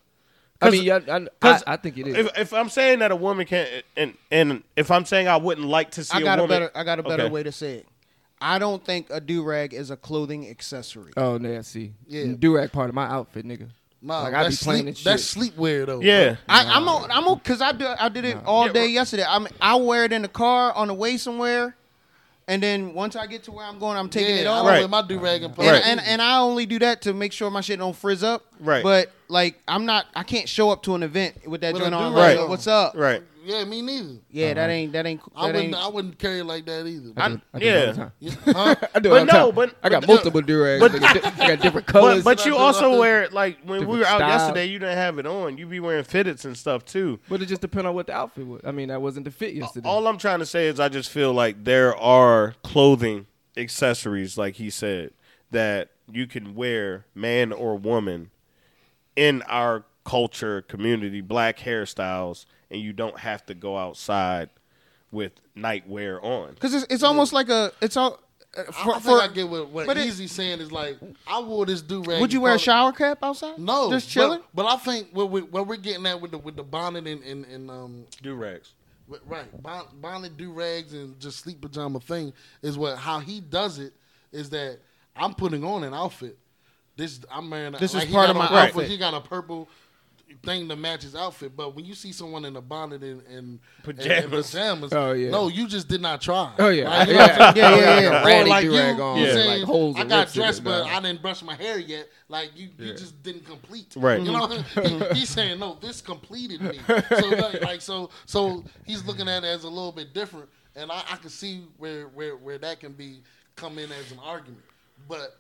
I
'Cause-
mean, yeah, I, I,
'Cause
I think it is.
If, if I'm saying that a woman can't, and and if I'm saying I wouldn't like to see
I got
a
a,
woman,
better. I got a better
Okay.
way to say it. I don't think a do rag is a clothing accessory.
Oh, yeah, see.
Yeah.
Yeah. Durag part of my outfit, nigga.
nah,
like, I
that's
be playing
sleep,
and
that's sleepwear though.
Yeah.
I, I'm on, I'm on, cause I do, I did it all day yesterday. I'm, I wear it in the car on the way somewhere, and then once I get to where I'm going, I'm
yeah.
taking it
I
off.
don't
Right.
wear my do rag and
And,
Right.
and and I only do that to make sure my shit don't frizz up.
Right.
But like I'm not, I can't show up to an event with that
With a
joint on.
do-rag
Right.
on.
What's up?
Right.
yeah, me neither.
Yeah, that ain't that ain't
I
that
wouldn't
ain't.
I wouldn't carry it like that either.
I,
I do it all the
yeah.
time.
Huh?
I do it
But
all the time.
no, but-
I got
but-
multiple Durags.
but-
nigga. I got different
But
colors.
but you
I do
also
all-
wear it like when we
Different
were out
style.
yesterday, you didn't have it on. You be wearing fitteds and stuff too.
But it just depends on what the outfit was. I mean, that wasn't the fit yesterday.
All I'm trying to say is I just feel like there are clothing accessories, like he said, that you can wear, man or woman, in our culture, community, black hairstyles, and you don't have to go outside with nightwear on.
Cause it's, it's almost like a it's all uh,
I-
for,
I think
for-
I get what, what
but it-
Easy saying is like. I wore this do rag.
would you wear a shower cap outside?
No,
just
but-
chilling.
But, I think what, we, what we're getting at with the with the bonnet and and, and um
Do rags.
But, right, bon, bonnet, do rags, and just sleep pajama thing is what how he does it is that I'm putting on an outfit. This I'm wearing. A,
This is
like, he
part
got
of my
a purple-
outfit.
He got a purple thing to match his outfit. But when you see someone in a bonnet and, and- and
Pajamas.
and pajamas,
Oh, yeah.
no, you just did not try.
Oh yeah,
Like, you know what I'm
yeah, yeah, yeah,
saying?
yeah,
yeah,
yeah.
yeah.
Or
Ratty
like
do
you,
rag on,
you
yeah.
saying,
like holes.
I
and
got
rips in it,
dressed, but
dog.
I didn't brush my hair yet. Like you, you just didn't complete.
Right.
You know, what I mean? he, he's saying no, this completed me. So like, like, so, so he's looking at it as a little bit different, and I, I can see where, where, where that can be come in as an argument, but.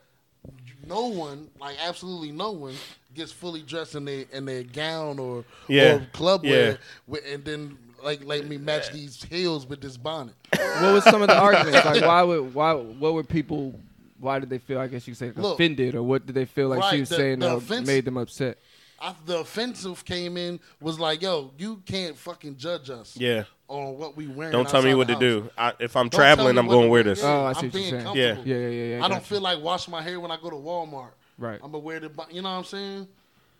No one, like absolutely no one, gets fully dressed in their in their gown or
Yeah.
or club
Yeah.
wear, wi- and then like let me match these heels with this bonnet.
what was some of the arguments? Like, why would why what were people? Why did they feel? I guess you could say
Look,
offended, or what did they feel like
right,
she was
the-
saying
the
that
offense-
made them upset?
I, the offensive came in was like, "Yo, you can't fucking judge us
Yeah.
on what we wearing."
Don't tell me
outside
what
the
to do.
house.
I, if I'm
Don't tell
traveling,
me
I'm
what Uh,
going to
do.
wear this.
Yeah,
Oh, I see
I'm
what you're
being
saying.
Yeah.
comfortable.
Yeah, yeah, yeah, yeah, I
I don't
got
feel like washing my hair when I go to Walmart.
Right.
I'm gonna wear the, bu- you know what I'm saying?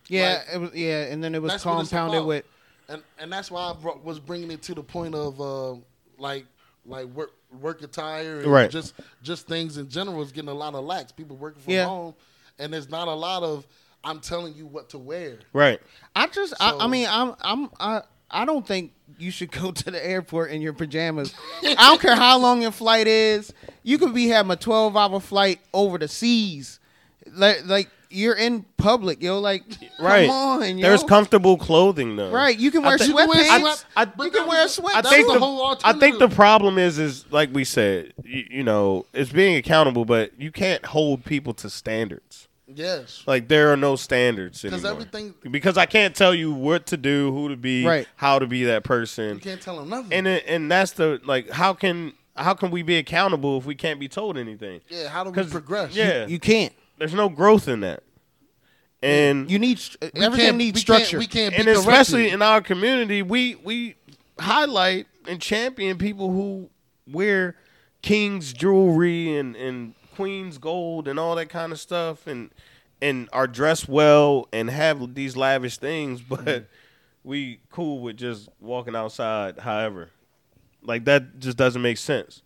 Yeah,
Like,
it was. Yeah, and then it was
that's what it's
compounded
about.
with.
and and that's why I brought, was bringing it to the point of uh, like like work work attire and
Right.
just just things in general is getting a lot of lax. People working from
Yeah.
home, and there's not a lot of I'm telling you what to wear.
Right.
I just, I, I
So-
mean, I'm, I'm, I, I don't think you should go to the airport in your pajamas. I don't care how long your flight is. You could be having a 12 hour flight over the seas. Like, like you're in public, yo. Like,
Right.
come on, yo.
There's comfortable clothing though.
right. You can wear
think-
sweatpants.
I-
you can wear sweatpants.
I
That's
think
the
the,
whole
I think the
alternative.
problem is is like we said, you, you know, it's being accountable, but you can't hold people to standards.
Yes.
Like there are no standards anymore.
everything-
because I can't tell you what to do, who to be,
Right.
how to be that person.
You can't tell them nothing.
and it, and that's the like how can how can we be accountable if we can't be told anything?
yeah, how do we
'Cause-
progress?
Yeah,
you can't.
there's no growth in that, and
You need str-
We
everything
can't-
needs
we
structure.
Can't, we can't be
and
corrected.
especially in our community, we we highlight and champion people who wear king's jewelry and and queen's gold and all that kind of stuff, and and are dressed well and have these lavish things, but
Mm.
we cool with just walking outside. However, like that just doesn't make sense.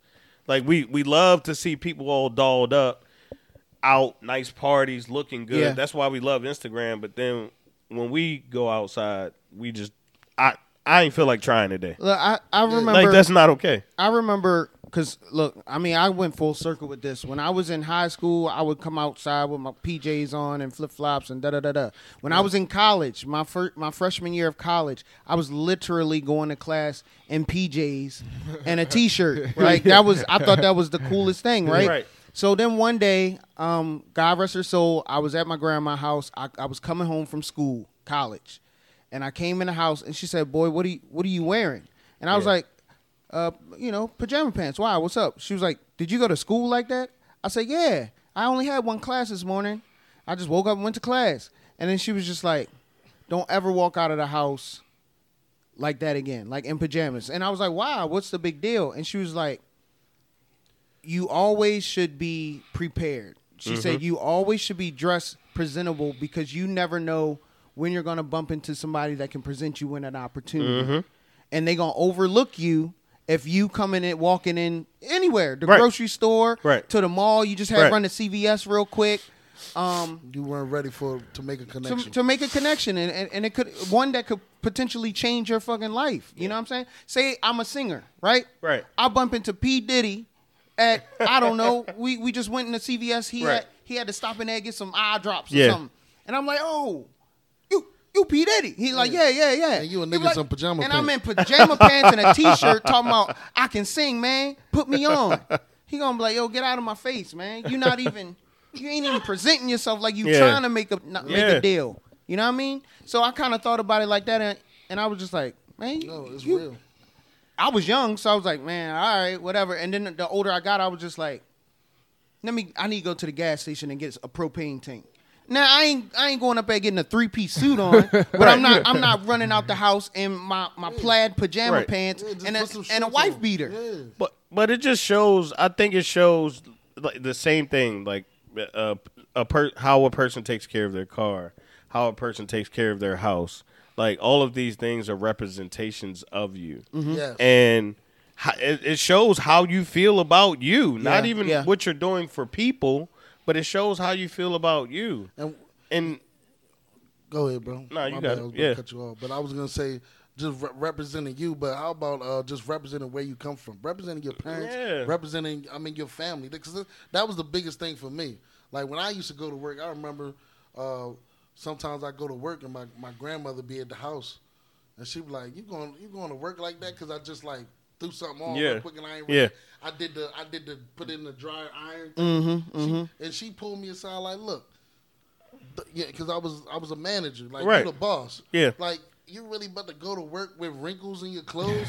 Like we we love to see people all dolled up, out, nice parties, looking good.
Yeah.
That's why we love Instagram. But then when we go outside, we just I I ain't feel like trying today.
Look, I, I remember.
Like that's not okay.
I remember because look, I mean, I went full circle with this. When I was in high school, I would come outside with my PJs on and flip flops and da da da da. When I was in college, my first my freshman year of college, I was literally going to class in PJs and a t shirt. Like that was, I thought that was the coolest thing, right?
Right.
So then one day, um, God rest her soul, I was at my grandma's house. I, I was coming home from school, college, and I came in the house, and she said, "Boy, what are you, what are you wearing?" And I was like, uh, "You know, pajama pants. Why? What's up?" She was like, "Did you go to school like that?" I said, "Yeah. I only had one class this morning. I just woke up and went to class." And then she was just like, "Don't ever walk out of the house like that again, like in pajamas." And I was like, "Wow, what's the big deal?" And she was like you always should be prepared. She
Mm-hmm.
said you always should be dressed presentable because you never know when you're going to bump into somebody that can present you with an opportunity.
Mm-hmm.
And they're going to overlook you if you coming in walking in anywhere, the
Right.
grocery store,
Right.
to the mall, you just had
Right.
to run to CVS real quick
you weren't ready for to make a
to,
connection.
to make a connection and, and, and it could one that could potentially change your fucking life. You know what I'm saying? Say I'm a singer, right?
Right.
I bump into P. Diddy at I don't know, we, we just went into CVS. He
Right.
had he had to stop in there and get some eye drops
Yeah.
or something. And I'm like, oh, you you P. Diddy. He like, yeah, yeah, yeah.
And you a
He
nigga
like-
some pajama
And I'm
pants.
in pajama pants and a t-shirt talking about I can sing, man. Put me on. He gonna be like, yo, get out of my face, man. You not even you ain't even presenting yourself like you
Yeah.
trying to make a not, make
Yeah.
a deal. You know what I mean? So I kind of thought about it like that, and, and I was just like, man,
no, it's
you-
real.
I was young, so I was like, man, all right, whatever. And then the older I got, I was just like, let me, I need to go to the gas station and get a propane tank. Now I ain't, I ain't going up there getting a three piece suit on, but I'm not, I'm not running out the house in my, my plaid pajama
Right.
pants
Yeah, just
and a,
put some
and a
shorts
wife
on.
beater.
Yeah.
But but it just shows. I think it shows like the same thing like uh, a per- how a person takes care of their car, how a person takes care of their house. Like all of these things are representations of you.
Hmm.
Yes.
And ho- it it shows how you feel about you, not
Yeah,
even
yeah.
what you're doing for people, but it shows how you feel about you.
And-
and
Go ahead, bro.
Nah, you
My
got
bad,
it.
I was
Yeah.
gonna cut you off, but I was gonna say just re- representing you. But how about uh, just representing where you come from, representing your parents,
Yeah.
representing I mean your family, because th- that was the biggest thing for me. Like when I used to go to work, I remember uh, sometimes I go to work and my, my grandmother be at the house, and she be like, "You going you going to work like that?" Because I just like threw something on
Yeah.
real quick and I ain't
Yeah.
I did the I did the put in the dryer iron,
Mm-hmm,
She- and she pulled me aside like, "Look." th- yeah, because I was I was a manager, like
Right.
you the boss.
Yeah.
like you really about to go to work with wrinkles in your clothes.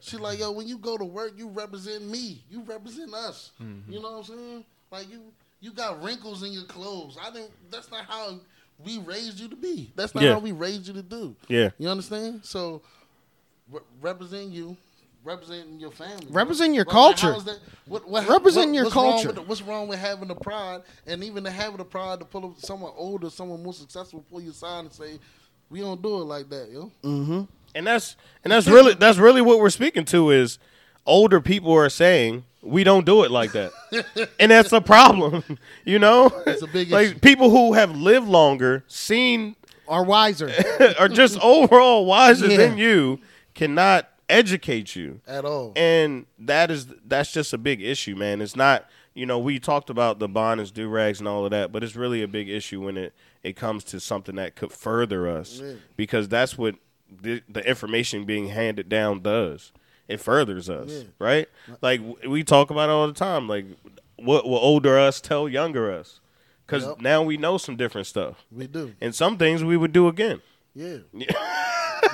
she like, yo, when you go to work, you represent me. You represent us.
Mm-hmm.
You know what I'm saying? Like you you got wrinkles in your clothes. I didn't. That's not how we raised you to be. That's not
Yeah.
how we raised you to do.
Yeah.
you understand? So re- represent you. Representing your family,
Represent your
Like,
culture.
how is that- what- what-
Represent your
what's wrong
culture.
with the- what's wrong with having the pride and even to having the pride to pull up someone older, someone more successful, pull you aside and say, "We don't do it like that, yo."
Mm. and that's and that's really that's really what we're speaking to is older people are saying we don't do it like that and that's a problem you know
It's a big
like
issue.
people who have lived longer seen
Or wiser.
or just overall wiser
Yeah.
than you cannot educate you
At all.
and that is that's just a big issue man it's not you know we talked about the bond is do-rags and all of that but it's really a big issue when it it comes to something that could further us because that's what the, the information being handed down does it furthers us right like w- we talk about it all the time like what will older us tell younger us because
Yep.
now we know some different stuff
we do,
and some things we would do again
yeah.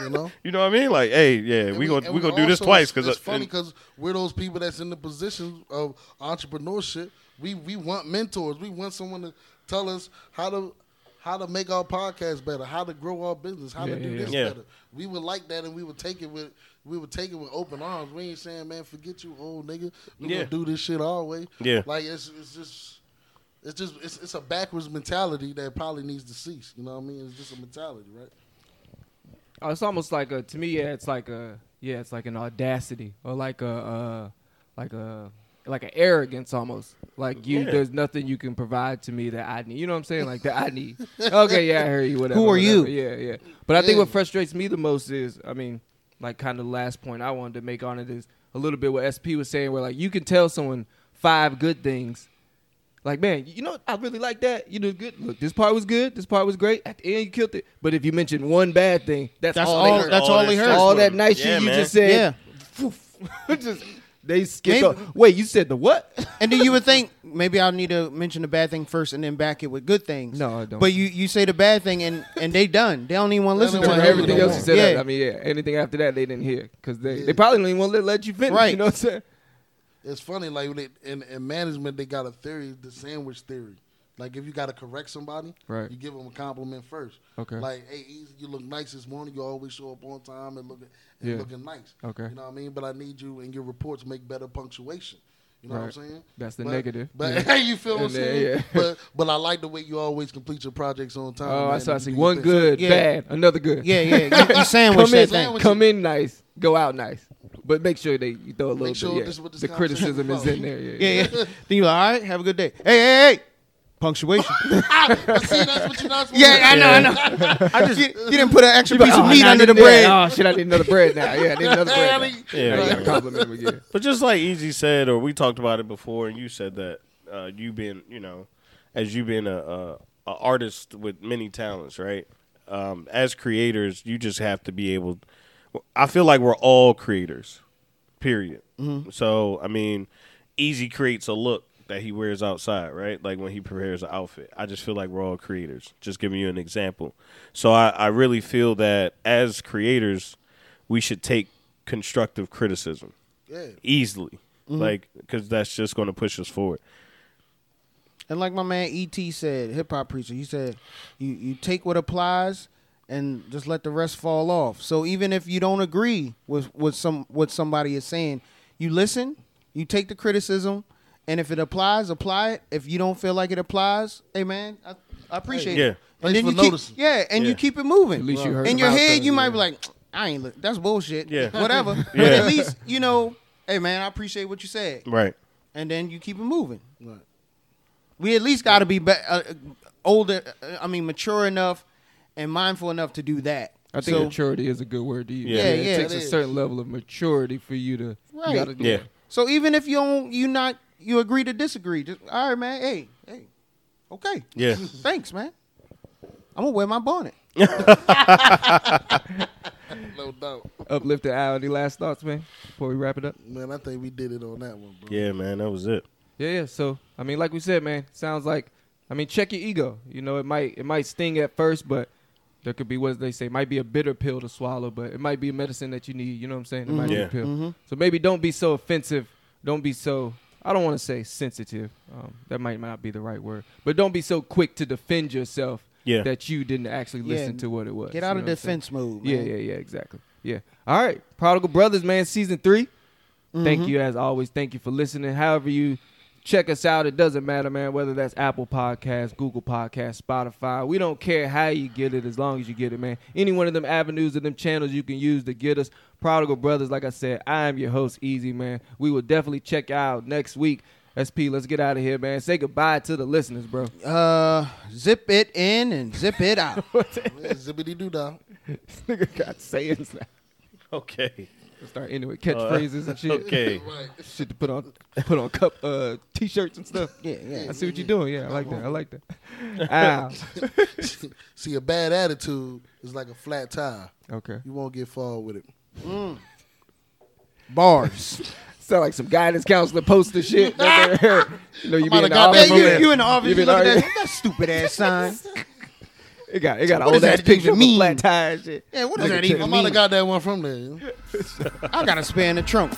you know,
you know what i mean like hey yeah
And
we gonna
and
we gonna do this
also-
twice because
it's funny because we're those people that's in the positions of entrepreneurship. We we want mentors. We want someone to tell us how to how to make our podcast better, how to grow our business, how to do this
Yeah.
better. We would like that, and we would take it with we would take it with open arms. We ain't saying, man, forget you, old nigga. We
Yeah.
gonna do this shit our way.
Yeah.
like it's it's just. It's just it's, it's a backwards mentality that probably needs to cease. You know what I mean? It's just a mentality, right?
Oh, it's almost like a to me. Yeah, it's like a yeah, it's like an audacity or like a uh, like a like an arrogance almost. Like you,
Yeah.
there's nothing you can provide to me that I need. You know what I'm saying? Like that I need. okay, yeah, I hear you. Whatever.
Who are you?
whatever. Yeah, yeah. But I think what
Yeah.
frustrates me the most is, I mean, like kind of the last point I wanted to make on it is a little bit what SP was saying, where like you can tell someone five good things. Like man, you know I really like that. You did good. Look, this part was good. This part was great. At the end, you killed it. But if you mention one bad thing, that's,
That's
all.
all-
they heard.
that's all they heard.
All that nice shit you just said.
Yeah.
just they skipped.
Maybe-
o- Wait, you said the what?
And then you would think maybe I'll need to mention the bad thing first and then back it with good things.
No, I don't.
But you, you say the bad thing and, and they done. They don't even want to listen
don't
to
wanna
it.
hear
everything
no
else you
more.
said.
Yeah.
I mean, yeah. Anything after that, they didn't hear because they, they probably don't even want to let you finish. You
Right.
know what I'm saying?
it's funny like when they- in, in management they got a theory the sandwich theory like if you got to correct somebody
Right.
you give them a compliment first
Okay.
like hey Easy, you look nice this morning you always show up on time and looking and
Yeah.
looking nice
Okay.
you know what i mean but i need you in your reports make better punctuation you know what i'm
Right.
saying
That's the
But-
negative.
but you feel what i'm
And then,
saying
yeah.
but but i like the way you always complete your projects on time
Oh, I
man,
saw. I
and
see
you do
one
your thing.
good,
Yeah.
bad, another good.
Yeah, yeah. You, you sandwich
Come
that
in,
thing.
come in nice, go out nice, but make sure they you throw a little
sure
bit. Yeah.
this is what this
the
conversation
criticism is
about.
in there. Yeah,
Yeah, yeah. then you like, all right, have a good day. Hey, hey, hey. Punctuation.
But see that's what you're not supposed
yeah,
to
I
do.
know, I know. I just, you, you didn't put an extra piece
Oh,
of meat
now I
under
need-
the bread.
yeah, Oh shit, I need another bread now. Yeah, I need another
Hey, I
bread.
need-
now.
yeah,
Now you gotta compliment me again.
But just like Easy said, or we talked about it before, and you said that uh, you been, you know, as you been a, a, a artist with many talents, right? Um, as creators, you just have to be able. I feel like we're all creators, period. So I mean, Easy creates a look that he wears outside, right? Like when he prepares an outfit. I just feel like we're all creators. Just giving you an example. So I, I really feel that as creators, we should take constructive criticism
yeah
easily. Like, because that's just going to push us forward.
And like my man E.T. said, hip hop preacher, he said, you, you take what applies and just let the rest fall off. So even if you don't agree with what some what somebody is saying, you listen, you take the criticism, And if it applies, apply it. If you don't feel like it applies, hey man, I, I appreciate
Hey. Yeah.
it. And
Thanks
then
for
you keep,
noticing.
yeah, and you
Yeah.
keep it moving.
At least you heard
In your
about
head,
that,
you might
yeah.
be like, I ain't look. That's bullshit.
Yeah.
whatever.
Yeah.
But at least you know, hey man, I appreciate what you said.
Right.
And then you keep it moving. We at least got to be, be uh, older. Uh, I mean, mature enough and mindful enough to do that.
I think
So-
maturity is a good word to use.
Yeah. Yeah,
it
yeah,
takes
it
a
is.
certain level of maturity for you to.
Right.
You gotta,
Yeah.
So even if you don't, you not, you agree to disagree. Just all right, man. Hey, hey, okay.
Yeah.
Thanks, man. I'm gonna wear my bonnet.
No doubt.
Uplifted hour. Any last thoughts, man? Before we wrap it up.
Man, I think we did it on that one, bro.
Yeah, man, that was it.
Yeah, yeah. So I mean, like we said, man, sounds like I mean, check your ego. You know, it might it might sting at first, but there could be what they say might be a bitter pill to swallow, but it might be a medicine that you need. You know what I'm saying? It might be
Yeah.
a pill.
Mm-hmm.
So maybe don't be so offensive. Don't be so I don't want to say sensitive. Um, that might not be the right word, but don't be so quick to defend yourself.
Yeah.
That you didn't actually
Yeah,
listen to what it was.
Get out of
You know what I'm saying?
defense mode.
Yeah,
Man.
yeah, yeah, exactly. Yeah. All right. Prodigal Brothers, man, season 3 Thank you as always. Thank you for listening. However you check us out, it doesn't matter, man, whether that's Apple Podcasts, Google Podcasts, Spotify. We don't care how you get it as long as you get it, man. Any one of them avenues or them channels you can use to get us. Prodigal Brothers, like I said, I am your host, Easy, man. We will definitely check you out next week. SP, let's get out of here, man. Say goodbye to the listeners, bro.
Uh, zip it in and zip it out.
Yeah, zippity doo dah.
This nigga got sayings now.
Okay.
Start into it, catchphrases and shit.
Okay.
shit to put on put on cup uh t-shirts and stuff.
yeah, yeah.
I see what you're doing. Yeah, I like that. I like that. Ow.
See, a bad attitude is like a flat tire.
Okay.
You won't get far with it.
Bars.
Sound like some guidance counselor poster shit. you know, you be in
outta
the
goddamn-
office.
Man,
over
Hey,
you,
there.
you in the office?
You
You
been
look at
arguing.
that, that stupid ass sign.
It got it got an
What
old
does
ass
that even
picture of a
mean?
flat tire and shit.
Yeah, what does that
My
even
mother
mean?
got that one from there. you know?
I got a spare in the trunk.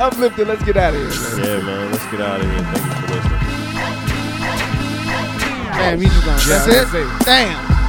Uplifted. Let's get out of here. Man.
Yeah, man, let's get out of here. Thank you for listening.
Damn, you just gonna.
Yeah,
That's
that's
it. Damn.